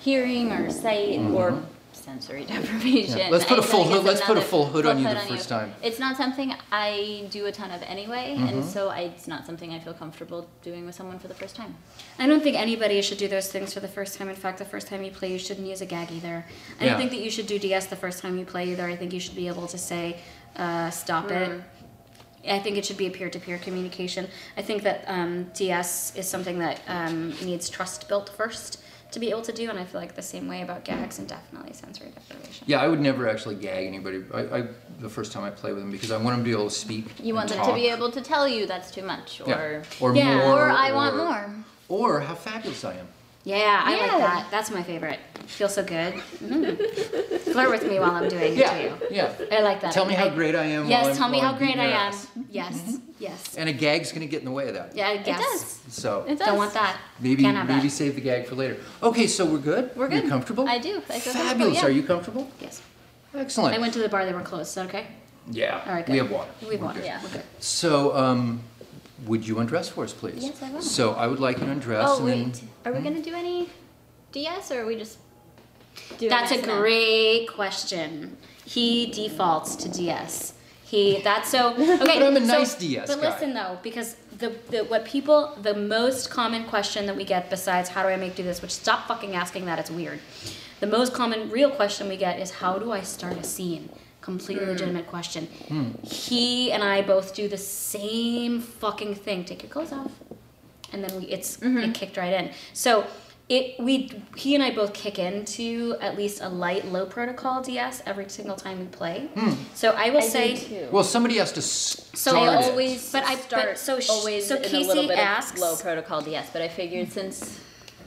D: hearing or sight or sensory (laughs) deprivation.
B: Yeah. Mm-hmm. Let's put a
D: I
B: full
D: think
B: hood-
D: is
B: let's put a
D: another-
B: full hood on you the
D: you.
B: first time. Mm-hmm.
D: It's not something I do a ton of anyway, and so I, it's not something I feel comfortable doing with someone for the first time.
C: I don't think anybody should do those things for the first time. In fact, the first time you play, you shouldn't use a gag either. I
B: Yeah.
C: don't think that you should do DS the first time you play either. I think you should be able to say, uh, "Stop it." I think it should be a peer-to-peer communication. I think that um, DS is something that um, needs trust built first to be able to do, and I feel like the same way about gags and definitely sensory deprivation.
B: Yeah, I would never actually gag anybody. I, I the first time I play with them because I want them to be able to speak.
D: You want
B: and
D: them to be
B: talk.
D: able to tell you that's too much, or
B: Yeah. Or
C: Yeah,
B: more.
D: or I want more.
B: Or how fabulous I am.
C: Yeah, I
D: Yeah.
C: like that. That's my favorite. Feel so good. Mm. (laughs) Flirt with me while I'm doing it
B: Yeah,
C: to you.
B: yeah.
C: I like that. Mm-hmm.
B: Tell me how
C: I-
B: great I am. while
C: Yes,
B: I'm-
C: tell me
B: while
C: how
B: I'm
C: great
B: beating
C: I
B: your
C: am.
B: ass.
C: Yes, yes.
B: And a gag's gonna get in the way of that.
C: Yeah, I guess.
D: does.
B: So
D: It does.
C: Don't want that.
B: maybe
C: Can't have
B: maybe
C: that.
B: save the gag for later. Okay, so we're good.
D: We're
B: You
D: good.
B: comfortable?
D: I do. I feel comfortable,
B: fabulous.
D: yeah.
B: Are you comfortable?
C: Yes.
B: Excellent.
C: I went to the bar. They were closed. Is that okay?
B: yeah.
C: All right. Good.
B: We have water.
C: We have
B: We're
C: water.
B: good.
D: Yeah.
C: We're good.
B: So um, would you undress for us, please?
D: Yes, I will.
B: So I would like you to undress
D: Oh
B: and
D: wait,
B: then
D: are we gonna do any?
C: DS or are we just doing That's a great question. He defaults to DS. He that's
B: (laughs)
C: so okay.
B: I'm a
C: so-
B: nice DS
C: But
B: guy.
C: listen though, because the, the what people the most common question that we get besides how do I make do this, which stop fucking asking that, it's weird. The most common real question we get is how do I start a scene? Completely
D: Hmm.
C: legitimate question.
B: Hmm.
C: He and I both do the same fucking thing. Take your clothes off and then we it's it kicked right in. So it we he and I both kick into at least a light low protocol DS every single time we play. So I will say
B: Well, somebody has to s-
C: So
B: start
C: I
B: it.
D: always
C: But I- but
D: start
C: so sh-
D: always
C: so
D: in a
C: Casey
D: little bit
C: asks-
D: of low protocol DS. But I figured since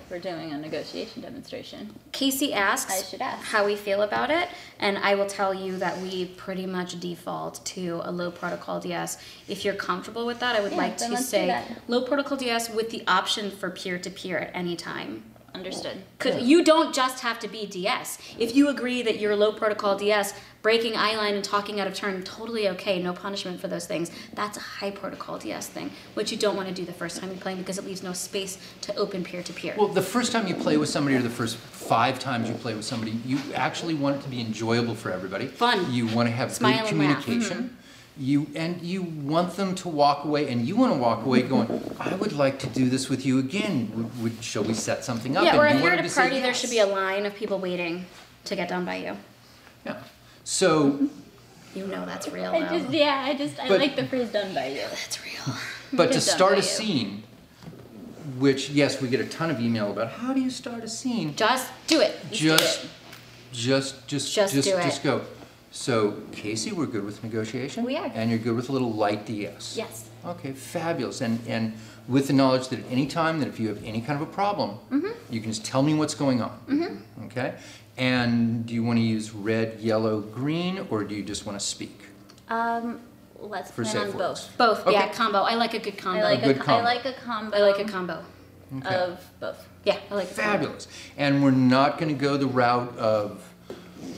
D: we're doing a negotiation demonstration,
C: Casey asks
D: I should ask.
C: how we feel about it, and I will tell you that we pretty much default to a low protocol DS. If you're comfortable with that, I would
D: Yeah,
C: like
D: then
C: to
D: let's do
C: say
D: that.
C: low protocol DS with the option for peer to peer at any time.
D: understood.
C: Cause you don't just have to be DS. If you agree that you're low protocol DS, breaking eye line and talking out of turn, totally okay, no punishment for those things. That's a high protocol DS thing, which you don't want to do the first time you're playing because it leaves no space to open peer to peer.
B: Well, the first time you play with somebody, or the first five times you play with somebody, you actually want it to be enjoyable for everybody.
C: Fun.
B: You want to have
C: Smile
B: good
C: and laugh. Mm-hmm.
B: communication. You and you want them to walk away, and you want to walk away going, "I would like to do this with you again. Would, would shall we set something up?"
C: Yeah, or
B: And
C: if
B: you
C: you're
B: want
C: at
B: them
C: a
B: to say
C: party, there
B: yes.
C: should be a line of people waiting to get down by you.
B: Yeah. So,
C: You know that's real.
D: I
C: though.
D: just yeah, I just I
B: But-
D: like the phrase done by you.
C: That's (laughs) real.
B: but to
D: Good job
B: start
D: by
B: a
D: you.
B: scene, which yes, we get a ton of email about. How do you start a scene?
C: Just do it.
B: just, just, just,
C: Just
B: just, just,
C: do it.
B: go. So, Casey, we're good with negotiation.
C: We are.
B: And you're good with a little light DS.
C: Yes.
B: Okay, fabulous. And and with the knowledge that at any time that if you have any kind of a problem,
C: Mm-hmm.
B: you can just tell me what's going on. Okay. And do you want to use red, yellow, green, or do you just want to speak?
F: Um,
D: Let's
B: For
D: plan
B: safe
D: on
B: words.
D: both.
C: Both,
B: Okay.
C: yeah, combo. I like a good combo.
D: I like a,
B: good
D: I
B: combo.
D: like a combo.
C: I like a combo.
B: Okay.
D: of both.
C: Yeah, I like a combo.
B: Fabulous. And we're not going to go the route of,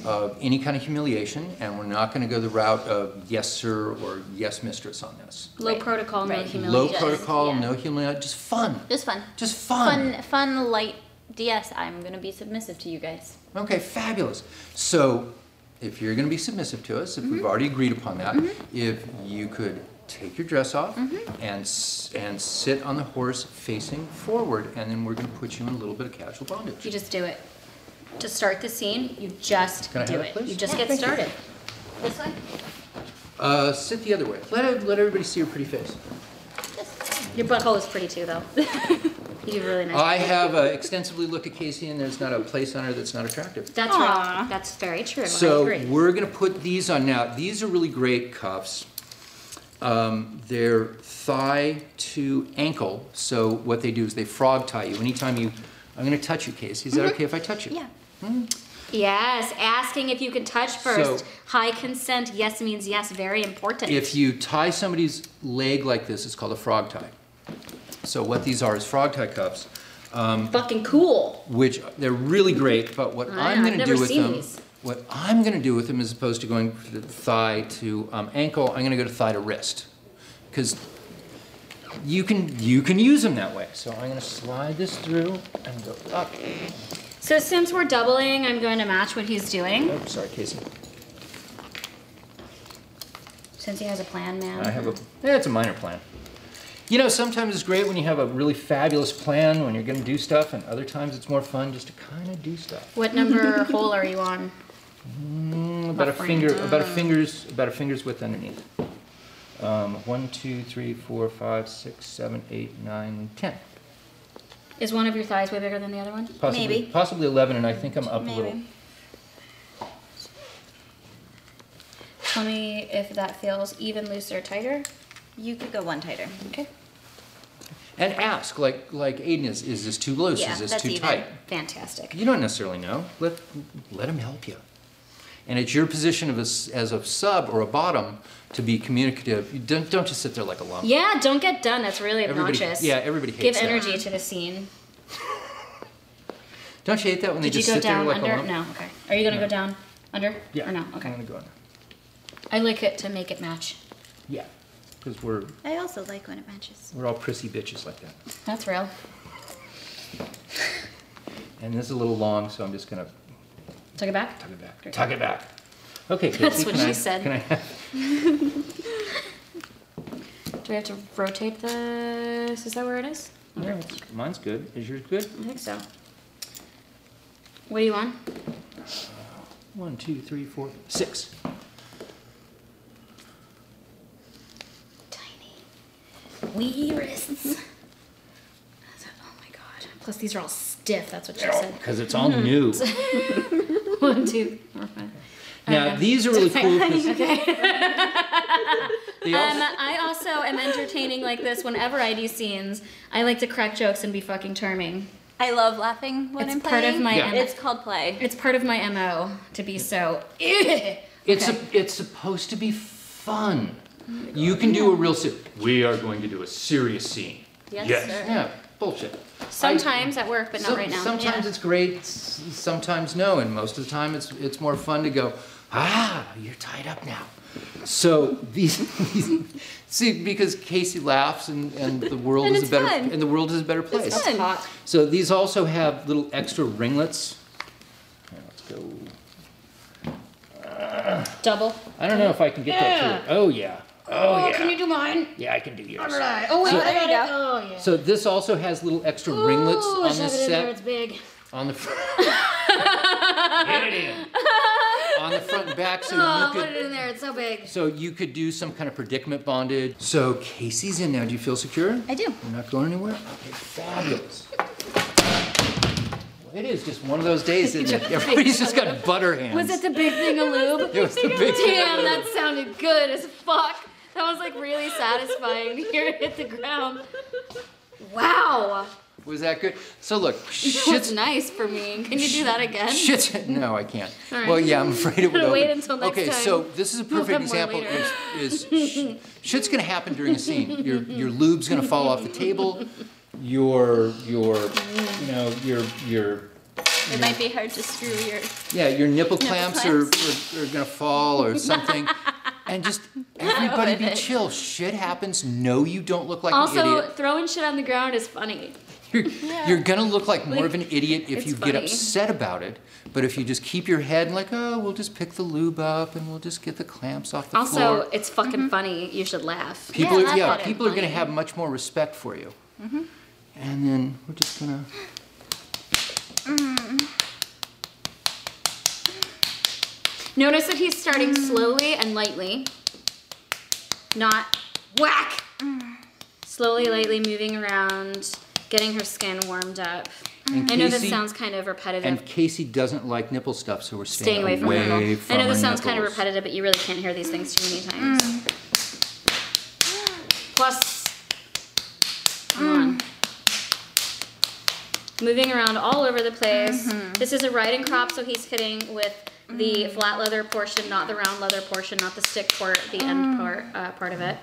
B: of any kind of humiliation, and we're not going to go the route of yes, sir, or yes, mistress on this.
C: Low
D: Right.
C: protocol, no
D: Right.
B: Low
C: humiliation.
B: protocol,
D: yeah.
B: no humiliation, just fun.
D: Just fun.
B: Just fun.
D: Fun, fun, light DS. I'm gonna be submissive to you guys.
B: Okay, fabulous. So, if you're going to be submissive to us, if we've already agreed upon that, if you could take your dress off and s- and sit on the horse facing forward, and then we're going to put you in a little bit of casual bondage.
C: You just do it. To start the scene, you just
B: Can I
C: do
B: have it,
C: it.
B: please?
C: You just
B: Yeah,
C: get
B: thank you.
C: started.
D: This way.
B: Uh, sit the other way. Let, let everybody see your pretty face.
C: Your butthole is pretty too,
D: (laughs)
C: though. you do really nice.
B: I have uh, extensively looked at Casey, and there's not a place on her that's not attractive.
C: That's right. That's very true. I
B: So
C: agree.
B: we're gonna put these on now. These are really great cuffs. Um, they're thigh to ankle. So what they do is they frog tie you. Anytime you, I'm gonna touch you, Casey. Is that okay if I touch you?
C: Mm-hmm. Yeah. Yes, asking if you can touch first. High consent. Yes means yes. Very important.
B: If you tie somebody's leg like this, it's called a frog tie. So what these are is frog tie cuffs,
C: Fucking cool.
B: which they're really great. But what
C: I
B: I'm
C: know, I've
B: gonna
C: never
B: do with
C: seen
B: them,
C: these.
B: what I'm gonna do with them, as opposed to going to the thigh to um, ankle, I'm gonna go to thigh to wrist, because you can you can use them that way. So I'm gonna slide this through and go up.
C: So since we're doubling, I'm going to match what he's doing.
B: Oh, sorry, Casey.
C: Since he has a plan, man.
B: I have a yeah, it's a minor plan. You know, sometimes it's great when you have a really fabulous plan when you're gonna do stuff, and other times it's more fun just to kind of do stuff.
C: What number (laughs) hole are you on?
B: Mm, About a
C: Buffering.
B: finger, about a finger's, about a finger's width underneath. Um, one, two, three, four, five, six, seven, eight, nine, ten.
C: Is one of your thighs way bigger than the other one?
B: Possibly,
D: Maybe.
B: Possibly eleven, and I think I'm up a little.
D: Maybe.
C: Tell me if that feels even looser or tighter.
D: You could go one tighter.
C: Okay.
B: And ask, like, like Aiden is, is this too loose?
D: Yeah,
B: is this
D: that's
B: too
D: even.
B: tight?
C: Fantastic.
B: You don't necessarily know. Let let him help you. And it's your position of a s as a sub or a bottom to be communicative. You don't don't just sit there like a lump.
C: Yeah, don't get done. That's really
B: Everybody-
C: obnoxious.
B: yeah, uh, everybody
C: Give
B: hates that.
C: energy to the scene.
B: Don't you hate that when
C: Did
B: they
C: you
B: just
C: go
B: sit
C: down
B: there like a
C: under?
B: lump?
C: No. Okay. Are you gonna go down under?
B: Yeah.
C: Or no?
B: I'm
C: Okay.
B: gonna go under.
C: I like it to make it match.
B: Yeah. Because we're
D: I also like when it matches.
B: we're all prissy bitches like that.
C: That's real.
B: And this is a little long, so I'm just gonna
C: Took it back?
B: tuck it back. Tuck it back. Okay.
C: That's
B: Bitsy,
C: what
B: can
C: she
B: I-
C: said.
B: Can (laughs) I?
C: Do we have to rotate this? Is that where it is?
B: Yeah, Mine's good. Is yours good?
C: I think so. What do you want?
B: One, two, three, four, six.
C: Tiny. Wee wrists. (laughs) That's it. Oh my god. Plus these are all stiff, that's (laughs) what she said.
B: Because it's all
C: (laughs)
B: new.
C: One, two, four, five.
B: Now these are really cool.
C: (laughs)
B: 'cause they also-
C: Um, I also am entertaining like this whenever I do scenes. I like to crack jokes and be fucking charming.
F: I love laughing when
C: It's
F: I'm
C: part
F: playing.
C: of my
B: Yeah.
C: MO.
F: It's called play.
C: It's part of my MO to be so. (laughs)
B: It's a, it's supposed to be fun.
C: Mm-hmm.
B: you can do a real se- We are going to do a serious scene.
C: Yes, sir.
B: Yeah, bullshit.
C: Sometimes at work, but not
B: Some-
C: right now.
B: Sometimes it's great, s- sometimes no, and most of the time it's it's more fun to go. Ah, you're tied up now. So (laughs) these, these see because Casey laughs and, and
C: (laughs)
B: the world
F: And
B: is
F: it's
B: a better
F: fun.
B: and the world is a better place.
C: It's hot.
B: So these also have little extra ringlets. Here, let's go.
C: Double.
B: I don't know if I can get that through. Oh yeah. Oh, yeah.
C: Can you do mine?
B: yeah, I can do yours.
C: Oh, wait,
B: So-
C: I got it. Oh, yeah.
B: So this also has little extra ringlets
C: Ooh,
B: on
C: shove it
B: this
C: in there,
B: set.
C: It's big.
B: on the front. Get it in. on the front and back, so
C: Oh,
B: you
C: put it
B: could
C: in there. It's so big.
B: so you could do some kind of predicament bondage. So Casey's in now. Do you feel secure?
F: I do.
B: You're not going anywhere. Okay, fabulous. Well, it is just one of those days, isn't it? Everybody's just got butter hands.
C: Was it the big thing of (laughs) lube?
B: It was the big thing of
C: Damn, that sounded good as fuck. That was like really satisfying to hear it hit the ground. Wow.
B: Was that good? So look,
C: That's
B: shit's
C: nice for me. Can you do that again?
B: (laughs) Shit. No, I can't.
C: right.
B: Well, yeah, I'm afraid
C: (laughs)
B: it would.
C: Wait
B: over-
C: until next
B: okay,
C: time.
B: so this is a perfect
C: have
B: example.
C: more later.
B: Is,
C: (laughs)
B: is sh- shit's gonna happen during a scene. Your your lube's gonna fall off the table. Your your you know your your
F: It might be hard to screw your.
B: yeah your nipple clamps are, are, are gonna fall
C: (laughs)
B: or something. And just everybody be chill. Shit happens. No, you don't look like an
C: Also,
B: idiot.
C: throwing shit on the ground is funny.
B: You're, you're gonna look like more of an idiot if
C: it's
B: you get
C: funny.
B: upset about it. But if you just keep your head and like, oh, we'll just pick the lube up and we'll just get the clamps off the
C: Also,
B: floor.
C: it's fucking
F: Mm-hmm.
C: funny. You should laugh.
B: People,
F: Yeah,
B: are,
F: that's
B: yeah,
F: not it.
B: people are gonna have much more respect for you.
C: Mm-hmm.
B: And then we're just gonna.
C: Notice that he's starting
F: Mm.
C: slowly and lightly, not whack.
F: Mm.
C: Slowly, lightly moving around, getting her skin warmed up.
B: And
C: I know this
B: Casey-
C: sounds kind of repetitive.
B: And Casey doesn't like nipple stuff, so we're staying,
C: staying away from her.
B: away
C: I know
B: from
C: this
B: her
C: sounds kind of
B: nipples.
C: repetitive, but you really can't hear these things too many times. Plus, come on. Moving around all over the place. This is a riding crop, so he's hitting with the flat leather portion, not the round leather portion, not the stick part, the end part, uh, part of it.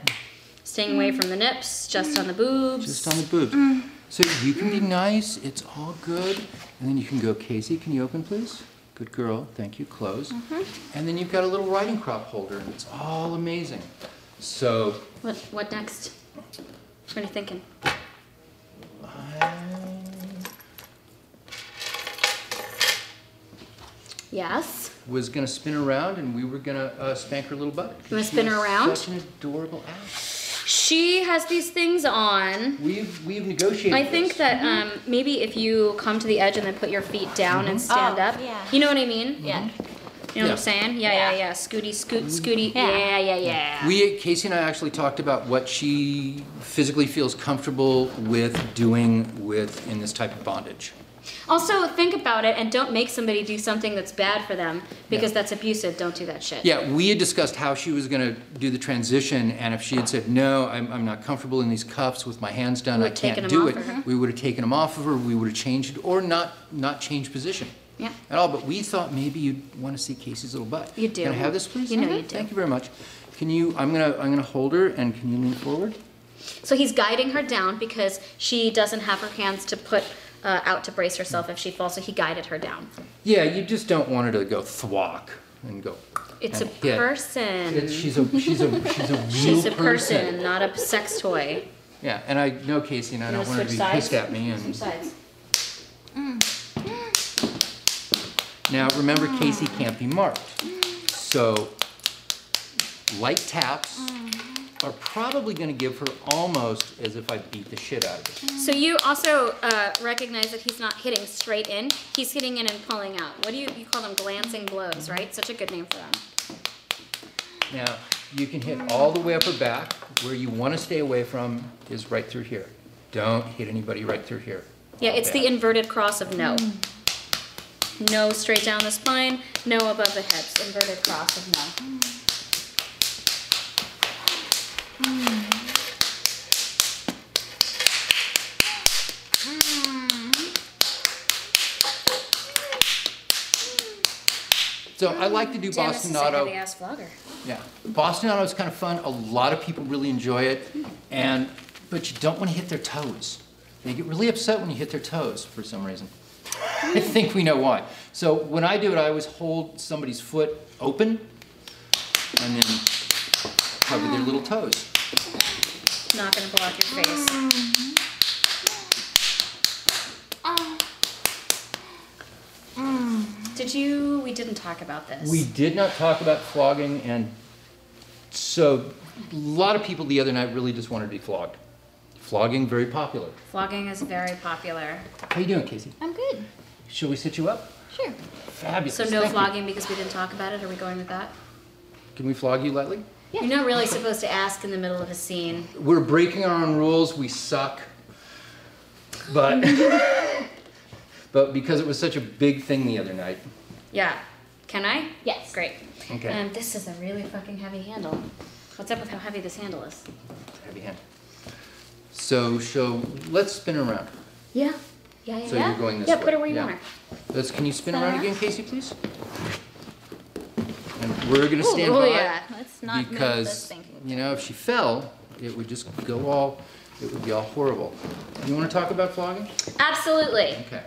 C: Staying away from the nips, just on the boobs.
B: Just on the boobs.
C: Mm.
B: So you can be nice, it's all good. And then you can go, Casey, can you open, please? Good girl, thank you, close.
C: Mm-hmm.
B: And then you've got a little riding crop holder, and it's all amazing. So,
C: what, what next? What are you thinking?
B: I-
C: Yes.
B: was gonna spin around and we were gonna uh, spank her little butt.
C: wanna
B: She
C: spin her
B: is
C: around?
B: Such an adorable ass.
C: She has these things on.
B: We've, we've negotiated
C: I think
B: this.
C: that
F: Mm-hmm.
C: um, maybe if you come to the edge and then put your feet down and stand
F: Oh,
C: up,
F: yeah.
C: you know what I mean?
F: Yeah. Mm-hmm.
C: You know what
B: Yeah.
C: I'm saying? Yeah, yeah, yeah. Scooty, scoot, scooty.
F: Yeah.
C: Yeah, yeah, yeah.
B: We, Casey and I actually talked about what she physically feels comfortable with doing with in this type of bondage.
C: Also, think about it and don't make somebody do something that's bad for them because that's abusive. Don't do that shit.
B: Yeah, we had discussed how she was going to do the transition, and if she had said, "No, I'm, I'm not comfortable in these cuffs with my hands down, I
C: would've taken
B: can't
C: 'em
B: do
C: off
B: it,"
C: of her.
B: we would have taken them off of her. We would have changed, or not not changed position
C: Yeah.
B: at all. But we thought maybe you'd want to see Casey's little butt.
C: You do.
B: Can I have this, please? Uh-huh.
C: You know you do.
B: Thank you very much. Can you? I'm gonna I'm gonna hold her, and can you lean forward?
C: So he's guiding her down because she doesn't have her hands to put uh, out to brace herself if she falls. So he guided her down.
B: Yeah, you just don't want her to go thwack and go.
C: It's
B: and
C: a
B: hit.
C: person.
B: It's- she's a she's a she's a real
C: She's a person, not a sex toy.
B: Yeah, and I know Casey, and I
C: You
B: don't
C: wanna
B: want her to be
C: switch sides?
B: pissed at me and.
C: Sides.
B: Mm. Now, remember, Casey can't be marked. So, light taps
C: Mm-hmm.
B: are probably going to give her almost as if I beat the shit out of her.
C: So you also uh, recognize that he's not hitting straight in. He's hitting in and pulling out. What do you you call them? Glancing blows, right? Such a good name for them.
B: Now, you can hit all the way up her back. Where you want to stay away from is right through here. Don't hit anybody right through here.
C: Yeah, it's the
B: Bad.
C: inverted cross of no. No straight down the spine. No above the hips. Inverted cross of no.
B: So I like to do
C: Damn, this is a
B: bastinado.
C: heavy ass vlogger.
B: Yeah, bastinado is kind of fun. A lot of people really enjoy it, and but you don't want to hit their toes. They get really upset when you hit their toes for some reason. I think we know why. So when I do it, I always hold somebody's foot open, and then cover their little toes.
C: Not gonna block your face. Did you? We didn't talk about this.
B: We did not talk about flogging, and so a lot of people the other night really just wanted to be flogged. Flogging very popular.
C: Vlogging is very popular.
B: How you doing, Casey?
C: I'm good.
B: Should we sit you up?
C: Sure.
B: Fabulous.
C: So no
B: Thank you.
C: vlogging because we didn't talk about it. Are we going with that?
B: Can we flog you lightly?
C: You're not really supposed to ask in the middle of a scene.
B: We're breaking our own rules. We suck.
C: (laughs)
B: But but because it was such a big thing the other night.
C: Yeah. Can I?
D: Yes.
C: Great.
B: Okay.
C: Um, this is a really fucking heavy handle. What's up with how heavy this handle is?
B: Heavy hand. So so let's spin around.
C: Yeah. Yeah, yeah,
B: So
C: yeah.
B: you're going this
C: yeah,
B: way.
C: put it where you want her.
B: Let's can you spin
C: Is that
B: around
C: enough?
B: again, Casey, please? And we're gonna stand
C: oh,
B: by
C: yeah.
D: Let's not move this
B: because
D: thinking.
B: you know if she fell, it would just go all it would be all horrible. You want to talk about flogging?
C: Absolutely.
B: Okay.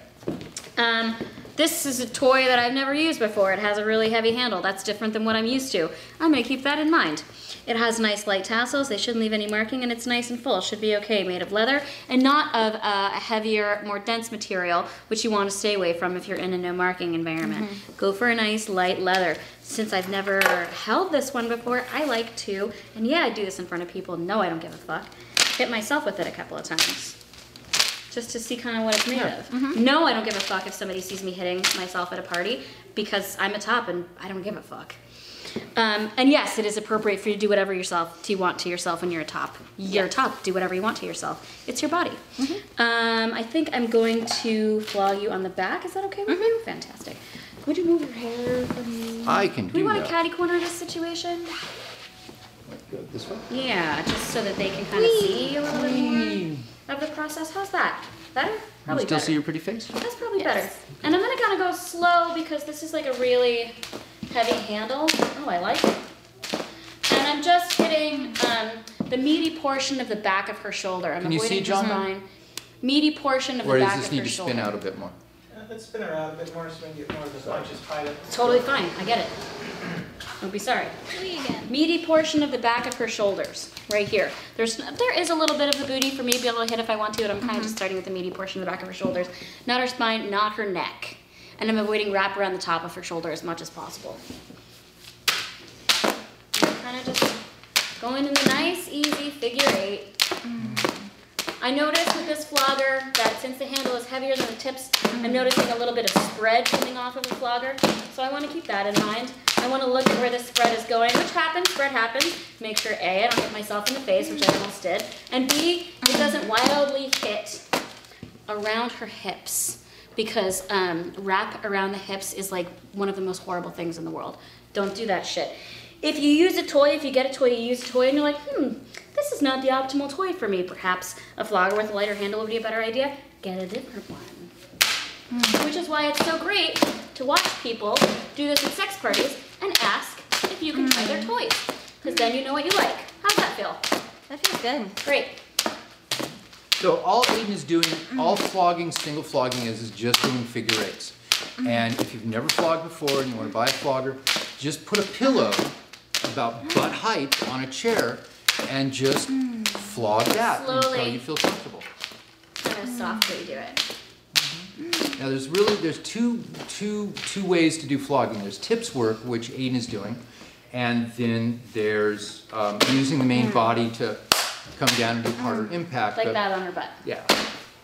C: Um, this is a toy that I've never used before. It has a really heavy handle. That's different than what I'm used to. I'm going to keep that in mind. It has nice light tassels. They shouldn't leave any marking, and it's nice and full. Should be okay. Made of leather and not of uh, a heavier, more dense material, which you want to stay away from if you're in a no marking environment. Go for a nice light leather. Since I've never held this one before, I like to, and yeah, I do this in front of people. No, I don't give a fuck. Hit myself with it a couple of times just to see kind of what it's made of. No, I don't give a fuck if somebody sees me hitting myself at a party because I'm a top and I don't give a fuck. Um, and yes, it is appropriate for you to do whatever yourself you want to yourself when you're a top. You're a top. Do whatever you want to yourself. It's your body. Um, I think I'm going to flog you on the back. Is that okay with you? Fantastic. Would you move your hair for me?
B: I can
C: Do we
B: do
C: want
B: that.
C: to catty corner this situation?
B: Go this way.
C: Yeah, just so that they can kind of see a little bit more of the process. How's that? Better?
B: You
C: Probably
B: still
C: better.
B: see your pretty face?
C: That's probably better. And I'm gonna kind of go slow because this is like a really heavy handle. Oh, I like it. And I'm just hitting um, the meaty portion of the back of her shoulder. I'm
B: Can you
C: avoiding
B: see,
C: her
B: John?
C: spine. Meaty portion of
B: Or
C: the
B: does
C: back
B: this
C: of
B: need
C: her
B: to
C: shoulder.
B: spin out a bit more?
G: Uh, Let's spin her out a bit more so we can get more of the punches tied up.
C: Totally fine. I get it. Don't be sorry. Meaty portion of the back of her shoulders, right here. There's there is a little bit of the booty for me to be able to hit if I want to, but I'm kind of just starting with the meaty portion of the back of her shoulders, not her spine, not her neck, and I'm avoiding wrap around the top of her shoulder as much as possible. Kind of just going in the nice, easy figure eight. I noticed with this flogger that since the handle is heavier than the tips, I'm noticing a little bit of spread coming off of the flogger. So I want to keep that in mind. I want to look at where the spread is going, which happens, spread happens. Make sure A, I don't hit myself in the face, which I almost did, and B, it doesn't wildly hit around her hips because um, wrap around the hips is like one of the most horrible things in the world. Don't do that shit. If you use a toy, if you get a toy, you use a toy, and you're like, hmm, this is not the optimal toy for me. Perhaps a flogger with a lighter handle would be a better idea. Get a different one
D: Hmm.
C: which is why it's so great to watch people do this at sex parties and ask if you can try
D: Hmm.
C: their toys. Because then you know what you like. How's that feel?
D: That feels good.
C: Great.
B: So all Aiden is doing, all flogging, single flogging is, is just doing figure eights. And if you've never flogged before and you want to buy a flogger, just put a pillow about butt height on a chair and just flog that until
C: Slowly.
B: you feel comfortable.
C: Kind of softly do it.
B: Now there's really there's two two two ways to do flogging. There's tips work, which Aiden is doing, and then there's um, using the main body to come down and do harder impact.
C: Mm. Like
B: but-
C: that on her butt.
B: Yeah.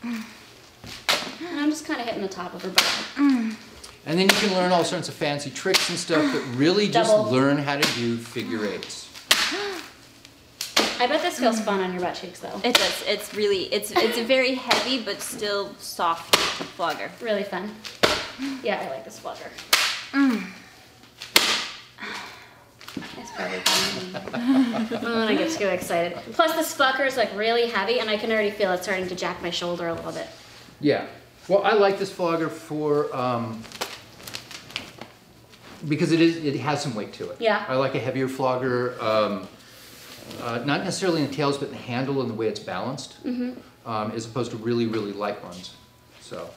C: And I'm just kind of hitting the top of her butt.
B: And then you can learn all sorts of fancy tricks and stuff, but really just
C: Double.
B: learn how to do figure eights.
C: I bet this feels fun on your butt cheeks though.
D: It does. It's really it's it's a very heavy but still soft flogger.
C: Really fun. Yeah, I like this flogger. Mm. It's probably fun. (laughs) oh, and I get too excited. Plus, this fucker is like really heavy, and I can already feel it starting to jack my shoulder a little bit.
B: Yeah. Well, I like this flogger for um, because it is it has some weight to it.
C: Yeah.
B: I like a heavier flogger, um, uh, not necessarily in the tails, but in the handle and the way it's balanced,
C: Mm-hmm.
B: um, as opposed to really really light ones. So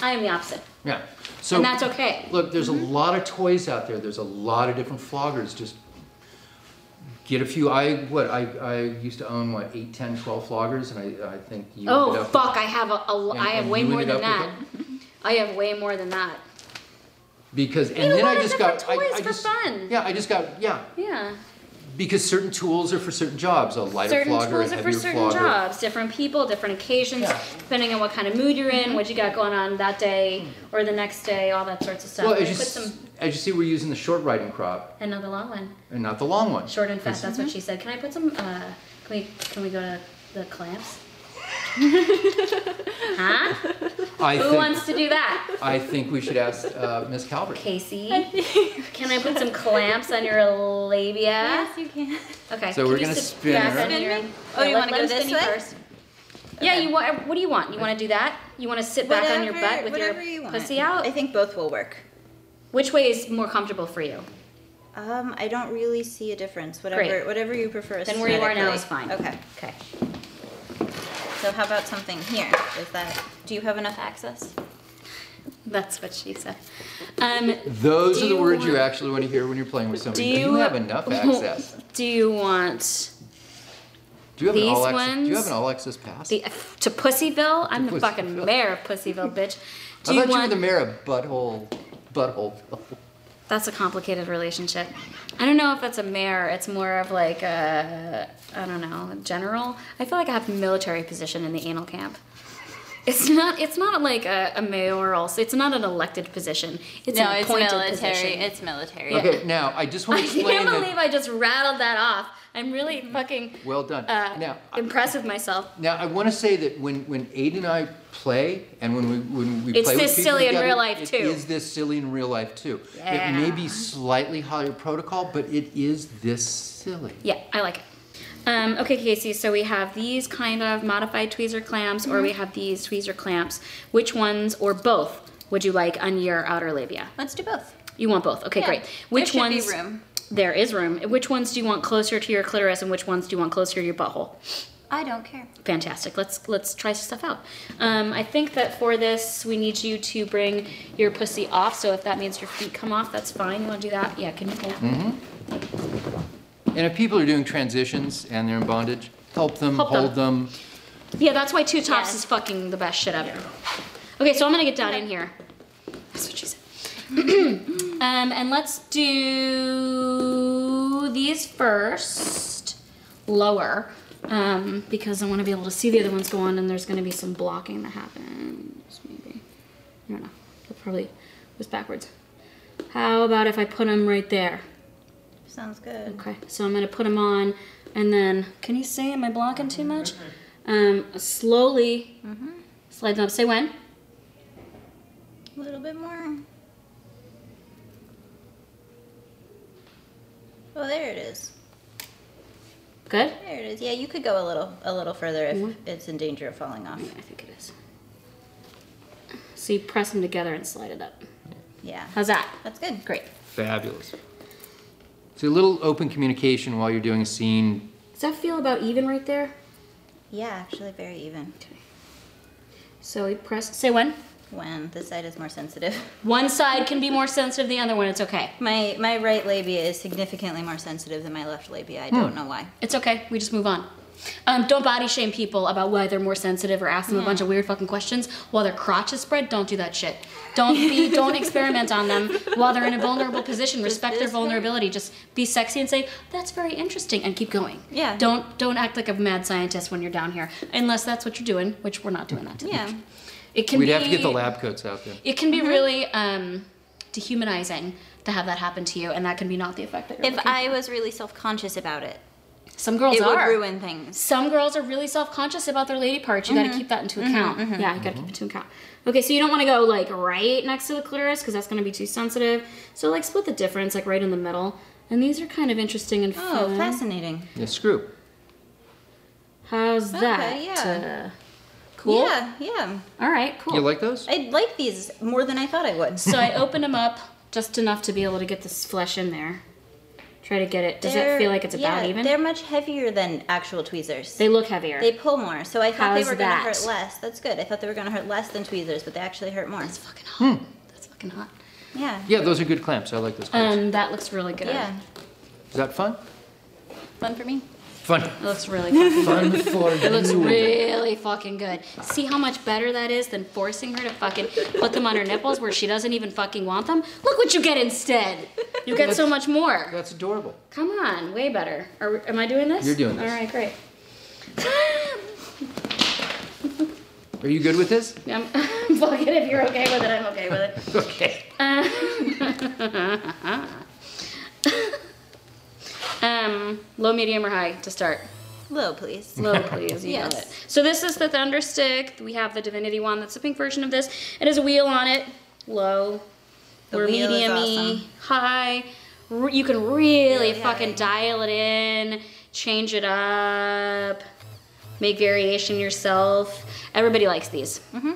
C: I am the opposite.
B: yeah. So
C: And that's okay. Mm-hmm.
B: Look, there's a lot of toys out there. There's a lot of different floggers. Just get a few. I what I, I used to own what 8, 10, 12 floggers, and I, I think you. ended
C: Oh
B: up-
C: fuck! I have a, a l-
B: And-
C: I have
B: and
C: way
B: you
C: more
B: ended
C: than that.
B: up
C: I have way more than that.
B: because and
C: a
B: then
C: lot
B: I
C: of
B: just
C: different
B: got I,
C: toys
B: I
C: for
B: just,
C: fun.
B: Yeah, I just got yeah
C: Yeah.
B: because certain tools are for certain jobs. A lighter
C: certain
B: flogger, a
C: tools are
B: heavier
C: for certain
B: flogger.
C: jobs, different people, different occasions,
B: Yeah.
C: depending on what kind of mood you're in, what you got going on that day or the next day, all that sorts of stuff.
B: Mm. Well,
C: We
B: as you,
C: put
B: s-
C: some
B: as you see, we're using the short riding crop
C: and not the long one,
B: and not the long one.
C: short and fast. That's what
D: Mm-hmm.
C: she said. Can I put some? Uh, can we can we go to the clamps?
D: (laughs)
C: huh?
B: I
C: Who
B: think
C: wants to do that,
B: I think we should ask uh, Miss Calvert.
C: Casey? Can I put some clamps on your labia?
F: Yes, you can.
C: Okay.
B: So
C: can
B: we're
C: you
B: gonna
C: sit
B: spin
C: back
B: her.
C: on your-
D: Spin me? Oh,
C: Yeah,
D: you
C: let-
D: wanna go
C: let him
D: this
C: spin you
D: way?
C: first. Yeah, you want? What do you want? You want to do that? You want to sit back on your butt with your
D: whatever you want.
C: pussy out?
D: I think both will work.
C: Which way is more comfortable for you?
D: Um, I don't really see a difference. Whatever
C: Great.
D: whatever you prefer.
C: Then where you are now is
D: aesthetically.
C: fine.
D: Okay.
C: Okay.
D: So how about something here? Is that do you have enough access?
C: That's what she said. Um,
B: Those
C: Do
B: are the
C: you
B: words you
C: want-
B: actually want to hear when you're playing with somebody.
C: do
B: you,
C: you,
B: have
C: (laughs)
B: enough access?
C: Do you want
B: Do you have an
C: These
B: all access? Do you have
C: ones-
B: an all access pass?
C: the to Pussyville? I'm
B: To
C: the fucking
B: Pussyville.
C: mayor of
B: (laughs)
C: Pussyville, bitch. Do
B: I
C: you
B: thought you were
C: want?
B: the mayor of butthole, butthole.
C: That's a complicated relationship. I don't know if that's a mayor. It's more of like a, I don't know, general. I feel like I have a military position in the anal camp. It's not. It's not like a, a mayoral. so It's not an elected position. It's
D: no,
C: an
D: it's
C: appointed
D: military.
C: position.
D: It's military.
B: Okay, now I just want
C: (laughs) I
B: to explain
C: can't
B: that-
C: believe I just rattled that off. I'm really fucking
B: Well done.
C: uh,
B: now,
C: impressed with myself.
B: Now I want to say that when when Aiden and I play, and when we when we
C: It's
B: play
C: this
B: with people
C: silly in
B: together,
C: real life, too.
B: It is this silly in real life too. It
C: Yeah.
B: may be slightly higher protocol, but it is this silly.
C: Yeah, I like it. Um, okay, Casey, so we have these kind of modified tweezer clamps, or
D: Mm-hmm.
C: we have these tweezer clamps. Which ones, or both, would you like on your outer labia?
D: Let's do both.
C: You want both. Okay,
D: Yeah,
C: great.
D: there
C: Which
D: should be
C: ones?
D: room.
C: There is room. Which ones do you want closer to your clitoris, and which ones do you want closer to your butthole?
D: I don't care.
C: Fantastic. Let's let's try stuff out. Um, I think that for this, we need you to bring your pussy off. So if that means your feet come off, that's fine. You want to do that? Yeah, can you do that?
B: And if people are doing transitions and they're in bondage, help them,
C: Help them.
B: hold them.
C: Yeah, that's why two tops
D: Yes.
C: is fucking the best shit ever. Okay, so I'm gonna get down in here. That's what she said. (clears throat) um, and let's do these first, lower, um, because I want to be able to see the other ones go on, and there's gonna be some blocking that happens. Maybe I don't know. That probably was backwards. How about if I put them right there?
D: Sounds good.
C: Okay, so I'm gonna put them on, and then can you see? Am I blocking too much? Um, slowly slide them up. Say when.
D: A little bit more. Oh, there it is.
C: Good.
D: There it is. Yeah, you could go a little a little further if
C: Mhm.
D: it's in danger of falling off.
C: Yeah, I think it is. So you press them together and slide it up.
D: Yeah.
C: How's that?
D: That's good. Great.
B: Fabulous. So a little open communication while you're doing a scene.
C: Does that feel about even right there?
D: Yeah, actually very even.
C: So you press. Say when.
D: When this side is more sensitive. (laughs)
C: One side can be more sensitive than the other one. It's okay.
D: My
C: Hmm.
D: my right labia is significantly more sensitive than my left labia. I don't know why.
C: It's okay. We just move on. Um, don't body shame people about why they're more sensitive or ask them a bunch of weird fucking questions while their crotch is spread. Don't do that shit. Don't
D: (laughs)
C: be. don't experiment on them while they're in a vulnerable position. Respect their vulnerability. Just be sexy and say that's very interesting and keep going.
D: Yeah.
C: Don't don't act like a mad scientist when you're down here, unless that's what you're doing, which we're not doing that. Today.
D: Yeah. Mm-hmm.
C: It can.
B: We'd have to get the
C: be-
B: lab coats out there.
C: It can be really um, dehumanizing to have that happen to you, and that can be not the effect that you're
D: If
C: looking
D: I was really self conscious about it,
C: Some girls
D: it would
C: are.
D: ruin things.
C: Some girls are really self conscious about their lady parts. You got to keep that into account. Yeah, you got to keep it into account. Okay, so you don't want to go like right next to the clitoris because that's going to be too sensitive. So like split the difference, like right in the middle. And these are kind of interesting and
D: Oh,
C: fun.
D: fascinating.
B: Yeah, screw.
C: How's
D: Okay,
C: that?
D: yeah.
C: Uh, cool.
D: Yeah, yeah.
C: All right. Cool.
B: You like those?
D: I like these more than I thought I would.
C: so I open them up just enough to be able to get this flesh in there. Try to get it. Does
D: They're-
C: it feel like it's about
D: yeah,
C: even?
D: They're much heavier than actual tweezers.
C: They look heavier.
D: They pull more, so I thought
C: How's
D: they were going
C: that?
D: to hurt less. That's good. I thought they were going to hurt less than tweezers, but they actually hurt more.
C: That's fucking hot. That's fucking hot.
D: Yeah.
B: Yeah, those are good clamps. I like those clamps.
C: Um, that looks really good.
D: Yeah.
B: Is that fun?
C: Fun for me.
B: Fun.
C: It looks really fucking
B: (laughs) Fun for
C: It looks
B: you.
C: really fucking good. See how much better that is than forcing her to fucking put them on her nipples where she doesn't even fucking want them? Look what you get instead. You get so much more.
B: That's adorable.
C: Come on, way better. Are, we- am I doing this?
B: You're doing this.
C: All right, great. (laughs)
B: Are you good with this?
C: I'm, fuck it, if you're okay with it, I'm okay with it.
B: Okay.
C: Um, low, medium, or high to start.
D: Low, please.
C: Low,
D: (laughs)
C: please. You know
D: Yes.
C: it. So this is the Thunder Stick. We have the Divinity Wand. That's the pink version of this. It has a wheel on it. Low.
D: The
C: or
D: wheel is
C: medium-y,
D: awesome.
C: high. Re- you can really fucking dial it in, change it up, make variation yourself. Everybody likes these. Mm-hmm.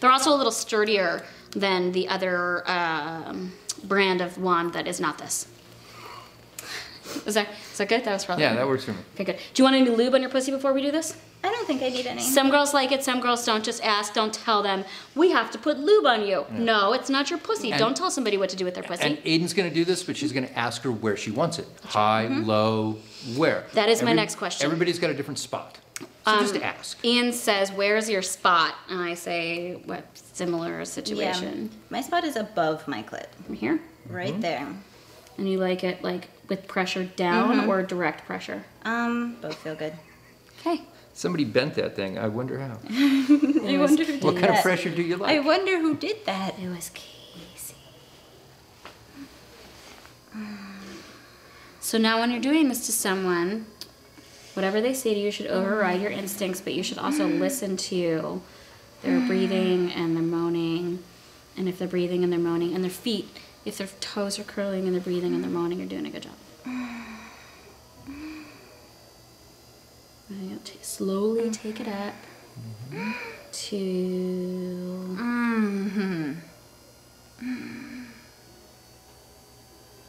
C: They're also a little sturdier than the other um, brand of wand that is not this. Is that, is that good? That was probably
B: Yeah, that works for me.
C: Okay, good. Do you want any lube on your pussy before we do this?
D: I don't think I need any.
C: Some girls like it, some girls don't. Just ask, don't tell them. We have to put lube on you. No, it's not your pussy.
B: And-
C: don't tell somebody what to do with their pussy.
B: And Aiden's going to do this, but she's going to ask her where she wants it. High, low, where?
C: Mm-hmm. That is my next question. Um,
B: Everybody's got a different spot. So just ask.
C: Ian says, "Where's your spot?" And I say, "What similar situation
D: Yeah. My spot is above my clit,
C: from here?"
H: Mm-hmm.
D: right there.
C: And you like it like with pressure down
B: Mm-hmm.
C: or direct
B: (laughs)
C: pressure?
D: Um, both feel good.
C: Okay.
B: Somebody bent that thing. I wonder how.
D: I wonder who did
B: What kind of pressure do you
D: I
B: like?
D: wonder who did that.
C: It was Casey. So now, when you're doing this to someone, whatever they say to you should override your instincts, but you should also listen to their
D: Mm.
C: breathing and their moaning, and if they're breathing and they're moaning, and their feet, if their toes are curling and they're breathing and they're moaning, you're doing a good job. Right, ta-
D: Mm-hmm.
C: slowly take it up to
D: Mm-hmm.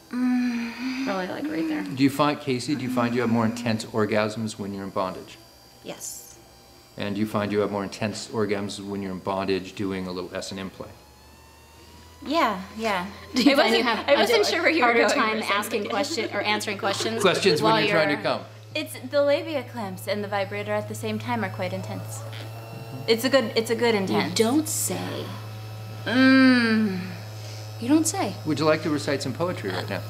C: Probably like right there.
B: do you find, Casey, do you find you have more intense orgasms when you're in bondage?
D: Yes.
B: And do you find you have more intense orgasms when you're in bondage doing a little S&M play?
D: Yeah,
F: (laughs)
D: yeah.
C: Do you
D: I
C: find
D: wasn't,
C: you have
D: I
C: a
D: wasn't
C: di-
D: sure (laughs) where you were
C: harder
D: going.
C: time
D: with that.
C: asking question or answering questions?
B: Questions
C: while
B: when you're, trying to come.
F: It's the labia clamps and the vibrator at the same time are quite intense. It's a good. It's a good
C: You
F: intense.
C: don't say.
D: Mm,
C: You don't say.
B: Would you like to recite some poetry right now?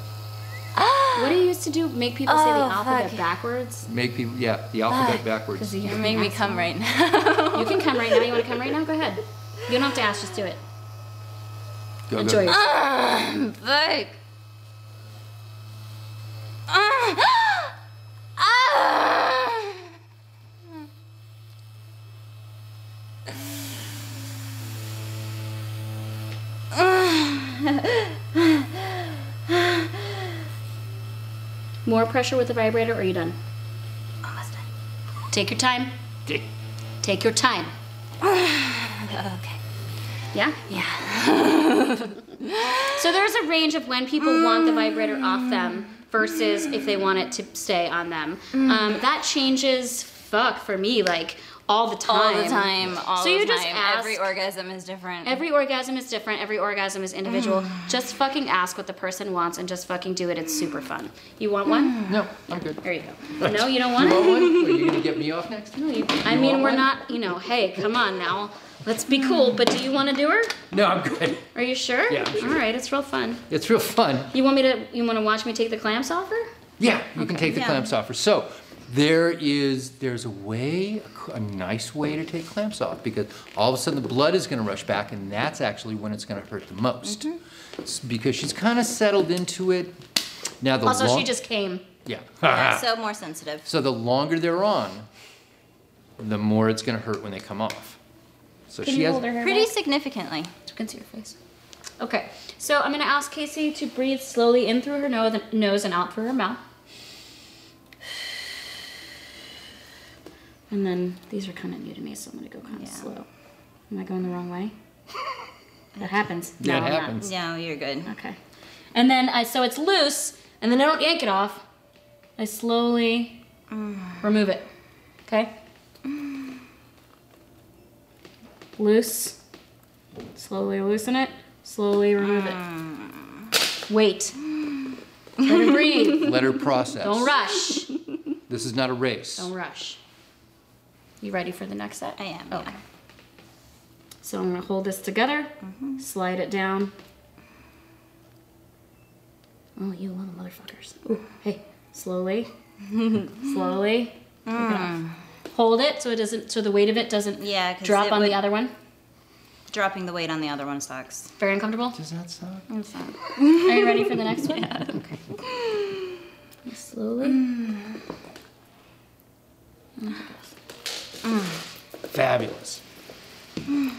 C: What do you used to do? Make people say the
F: Oh,
C: alphabet
F: fuck.
C: backwards?
B: Make people, yeah, the alphabet
F: Fuck.
B: backwards.
C: Because you
F: You made me come right now.
C: You can come right now. You want to come right now? Go ahead. You don't have to ask. Just do it.
B: Go, Ah,
C: Enjoy
B: go.
D: Uh.
C: yourself.
F: Fuck.
D: uh, (gasps)
F: Ah! Ah!
C: More pressure with the vibrator, or are you done?
D: Almost done.
C: Take your time.
B: Take-
C: Take your time.
D: Okay.
C: Yeah? Yeah. (laughs) so there's a range of when people want the vibrator off them
D: Mm.
C: versus if they want it to stay on them. Um, that changes, fuck, for me, like
H: all the time.
D: all the time, all
H: so
D: the
H: you
D: time.
H: just ask
D: Every orgasm is different.
H: Every orgasm is different. Every orgasm is individual.
D: Mm.
H: just fucking ask what the person wants and just fucking do it. It's super fun. You want
D: Mm.
H: one?
B: No, I'm good.
H: There you go. No, you don't want
B: You want
H: it?
B: one? Are you gonna get me off next?
H: No, you- I
B: You
H: mean,
B: want
H: we're
B: one?
H: not, you know, hey, come on now. Let's be cool, but do you want to do her?
B: No, I'm good.
H: Are you sure?
B: Yeah, I'm sure.
H: All right, it's real fun.
B: It's real fun.
H: You want me to, you want to watch me take the clamps off her?
B: Yeah, you can take the
D: Yeah.
B: clamps off. So there is there's a way, a c- a nice way to take clamps off because all of a sudden the blood is going to rush back, and that's actually when it's going to hurt the most.
H: Mm-hmm.
B: S- Because she's kind of settled into it. Now the
H: Also,
B: long-
H: she just came. (laughs)
B: yeah.
H: Ah.
D: Yeah, so more sensitive.
B: So the longer they're on, the more it's going to hurt when they come off. So
H: Can
B: she
H: you
B: has
H: hold her hair
D: Pretty
H: back?
D: significantly.
H: You can see your face. Okay, so I'm gonna ask Casey to breathe slowly in through her no- nose and out through her mouth. And then these are kind of new to me, so I'm gonna go kind of slow. Am I going the wrong (laughs) way? That happens.
B: that
H: I'm not.
B: happens.
H: (laughs)
D: No, you're good.
H: Okay. And then I so it's loose, and then I don't yank it off. I slowly remove it. Okay. Loose. Slowly loosen it. Slowly remove it. Wait. Let it breathe.
B: Let her process.
H: Don't rush.
B: This is not a race.
H: Don't rush. You ready for the next set?
D: I am.
H: Okay.
D: Yeah.
H: So I'm gonna hold this together,
D: Mm-hmm.
H: slide it down. Oh, you little motherfuckers. Ooh, hey,
D: (laughs)
H: slowly, slowly. Take it off. Hold it so it doesn't, so the weight of it doesn't
D: Mm. Yeah, 'cause
H: drop
D: it
H: on
D: would-
H: the other one.
D: Dropping the weight on the other one sucks.
H: Very uncomfortable.
B: Does that suck?
H: Are you ready for
D: (laughs)
H: the next one? Okay. Slowly.
B: Fabulous. Mm.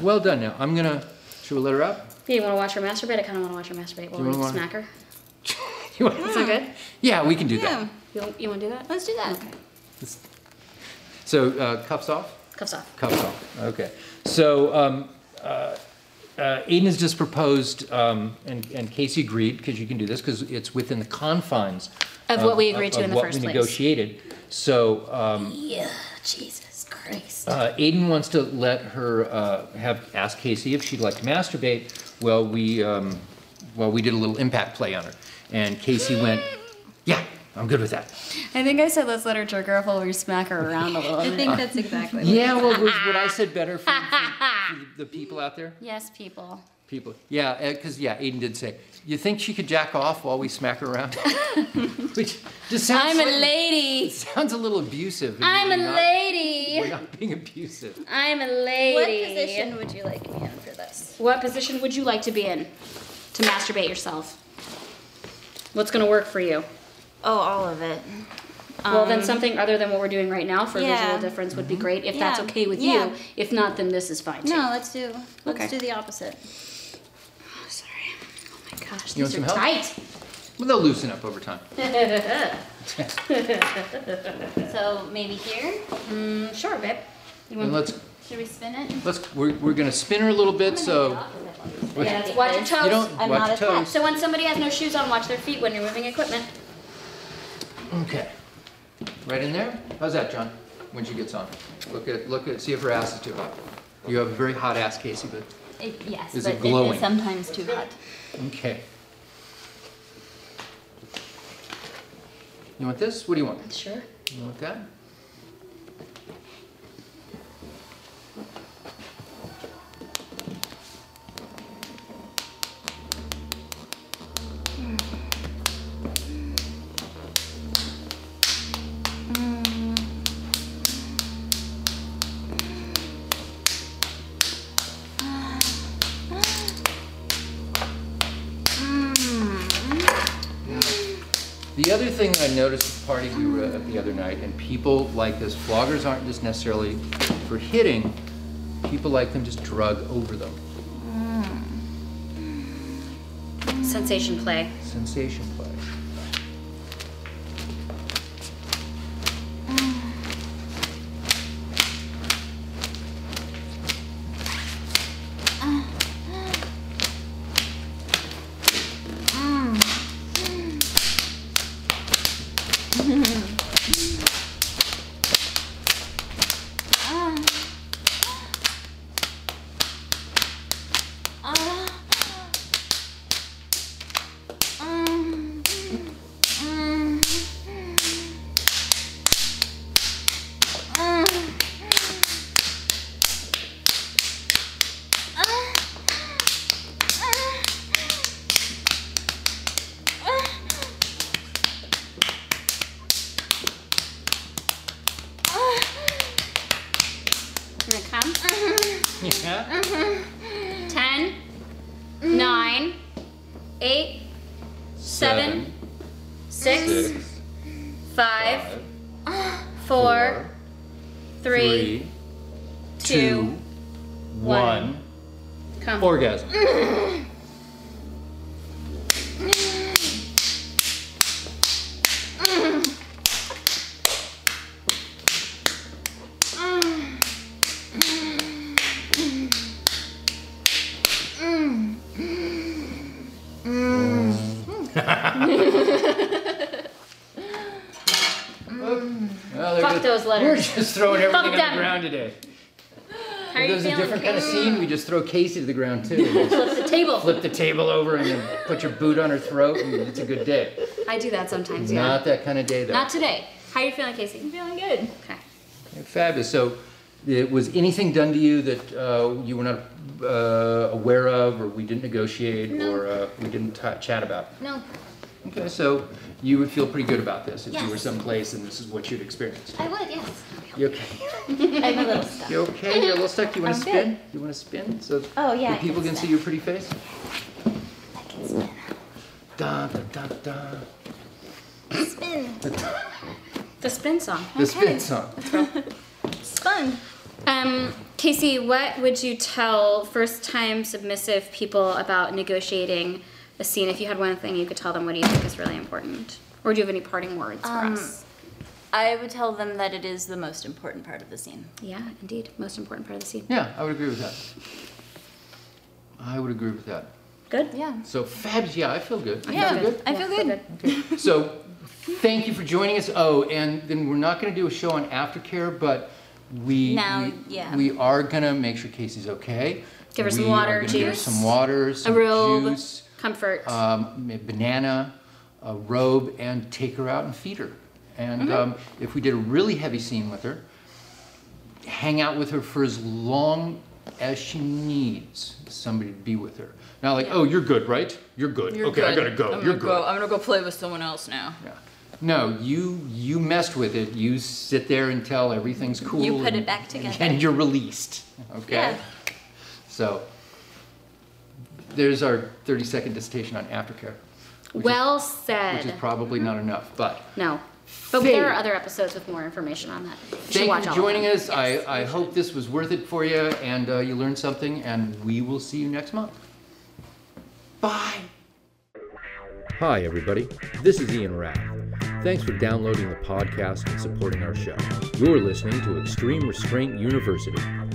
B: Well done. Now I'm gonna. Should we let her up?
H: Hey, you want to watch her masturbate? I kind of want to watch her masturbate. Will
B: you
H: we
B: wanna-
H: smack her?
B: (laughs) You want-
H: Is that good?
B: Yeah, we can do
D: Yeah.
B: that.
H: You, you want to do that?
D: Let's do that.
B: So uh, cuffs off.
H: Cuffs off.
B: Cuffs off. Okay. So um, uh, uh, Aiden has just proposed, um, and, and Casey agreed because you can do this because it's within the confines
H: Of what we agreed to
B: of
H: in the
B: what
H: first
B: we
H: place.
B: negotiated. So um,
H: Yeah, Jesus Christ.
B: uh, Aiden wants to let her uh, have ask Casey if she'd like to masturbate. Well, we um, well we did a little impact play on her, and Casey went, yeah, I'm good with that.
D: I think I said let's let her jerk her off while we smack her around a little. I think that's exactly.
B: Yeah, well, was what I said better for, for, for the people out there?
H: Yes, people.
B: People. Yeah, because, yeah, Aiden did say, you think she could jack off while we smack her around? (laughs) Which just sounds,
H: I'm a
B: like-
H: lady.
B: sounds a little abusive. and
H: I'm
B: we're
H: a
B: not-
H: lady.
B: We're not being abusive.
H: I'm a lady.
D: What position would you like me in for this?
H: What position would you like to be in to masturbate yourself? What's gonna work for you?
D: Oh, all of
H: (laughs)
D: it.
H: well, then something other than what we're doing right now for
D: yeah.
H: visual difference would be great. If that's
D: Yeah.
H: okay with
D: Yeah.
H: you. If not, then this is fine too.
D: No, let's do. Let's
H: Okay.
D: do the opposite.
H: Oh, sorry. Oh my gosh,
B: You want
H: these are
B: some help?
H: tight.
B: Well, they'll loosen up over
H: (laughs)
B: time.
D: So maybe here.
H: Mm, sure, babe. You
B: And
H: want?
B: let's,
D: Should we spin it?
B: let's, we're, we're going to spin her a little bit, so
H: Yeah, let's watch your toes.
B: you don't
D: I'm not
B: watch your
D: attached.
B: toes.
H: So when somebody has no shoes on, watch their feet when you're moving equipment.
B: Okay. Right in there? How's that, John? When she gets on? Look at, look at, see if her ass is too hot. You have a very hot ass, Casey, but,
D: It, yes,
B: Is
D: but
B: it glowing?
D: sometimes too hot.
B: okay. You want this? What do you want?
H: Sure.
B: You want that? The other thing that I noticed at the party we were at the other night, and people like this, floggers aren't just necessarily for hitting, people like them just drug over them.
H: Sensation play.
B: Sensation play. Yeah?
C: 10, 9,
H: Mm.
C: 8, 7, 6,
B: six,
C: 5,
B: five,
C: 4, 3,
B: three,
C: 2, one.
B: one.
C: come.
B: Orgasm. (laughs) Well, they're
C: (laughs) Fuck
B: just-
C: those letters.
B: We're just throwing everything on
C: them.
B: the ground today.
C: How are
B: If
C: you
B: there's a
C: feeling?
B: different kind of
C: Kate?
B: scene, we just throw Casey to the ground
C: (laughs)
B: too.
C: Flip the table.
B: Flip the table over and then put your boot on her throat, and it's a good day.
C: I do that sometimes, yeah.
B: Not that kind of day, though.
C: Not today. How you feeling, Casey? I'm feeling good. Okay.
B: Fabulous. So, it, was anything done to you that uh, you were not uh, aware of, or we didn't negotiate, or uh, we didn't ta chat about?
C: No,
B: Okay, so you would feel pretty good about this if you were
C: Yes.
B: someplace and this is what you'd experienced.
C: I would, yes.
B: You okay?
C: I have a little stuff.
B: You okay? You're a little stuck. You want to
C: I'm good.
B: spin? You want to spin so
C: Oh, yeah, I
B: the
C: can
B: people can see
C: spin.
B: your pretty face?
C: I can spin.
B: Dun, dun, dun, dun.
C: Spin. The spin song.
B: The spin song.
C: Spun. Um, Casey, what would you tell first time submissive people about negotiating a scene? If you had one thing you could tell them, what do you think is really important? Or do you have any parting words
F: Um,
C: for us?
D: I would tell them that it is the most important part of the scene.
C: Yeah, indeed. Most important part of the scene.
B: Yeah, I would agree with that. I would agree with that.
C: Good?
D: Yeah.
B: So fabs, yeah, I feel good. You
D: Yeah,
B: feel good?
D: I feel
B: (laughs)
D: good.
B: So, thank you for joining us. Oh, and then we're not going to do a show on aftercare, but we
D: Now,
B: we,
D: yeah.
B: we are going to make sure Casey's okay.
C: Give her some
B: We are
C: water,
B: gonna Give her
C: juice,
B: some water, some
C: robe.
B: juice,
C: Comfort.
B: um, a banana, a robe, and take her out and feed her. And
D: Mm-hmm.
B: um, if we did a really heavy scene with her, hang out with her for as long as she needs somebody to be with her. Not like, oh, you're good, right? You're good. okay, I gotta go.
D: I'm
B: you're
D: gonna
B: good.
D: go. I'm gonna go play with someone else now.
B: Yeah. No, you you messed with it. You sit there until everything's cool.
D: You put
B: and-
D: it back together.
B: (laughs) And you're released. Okay.
D: Yeah.
B: So there's our 30 second dissertation on aftercare,
C: well
B: which is
C: said.
B: probably not enough, but.
C: no. But there are
B: Faith.
C: other episodes with more information on that. You should
B: Thank you
C: watch
B: for
C: all
B: joining
C: of them.
B: us. I, I hope this was worth it for you and uh, you learned something, and we will see you next month. Bye.
E: Hi, everybody. This is Ian Rath. Thanks for downloading the podcast and supporting our show. You're listening to Extreme Restraint University,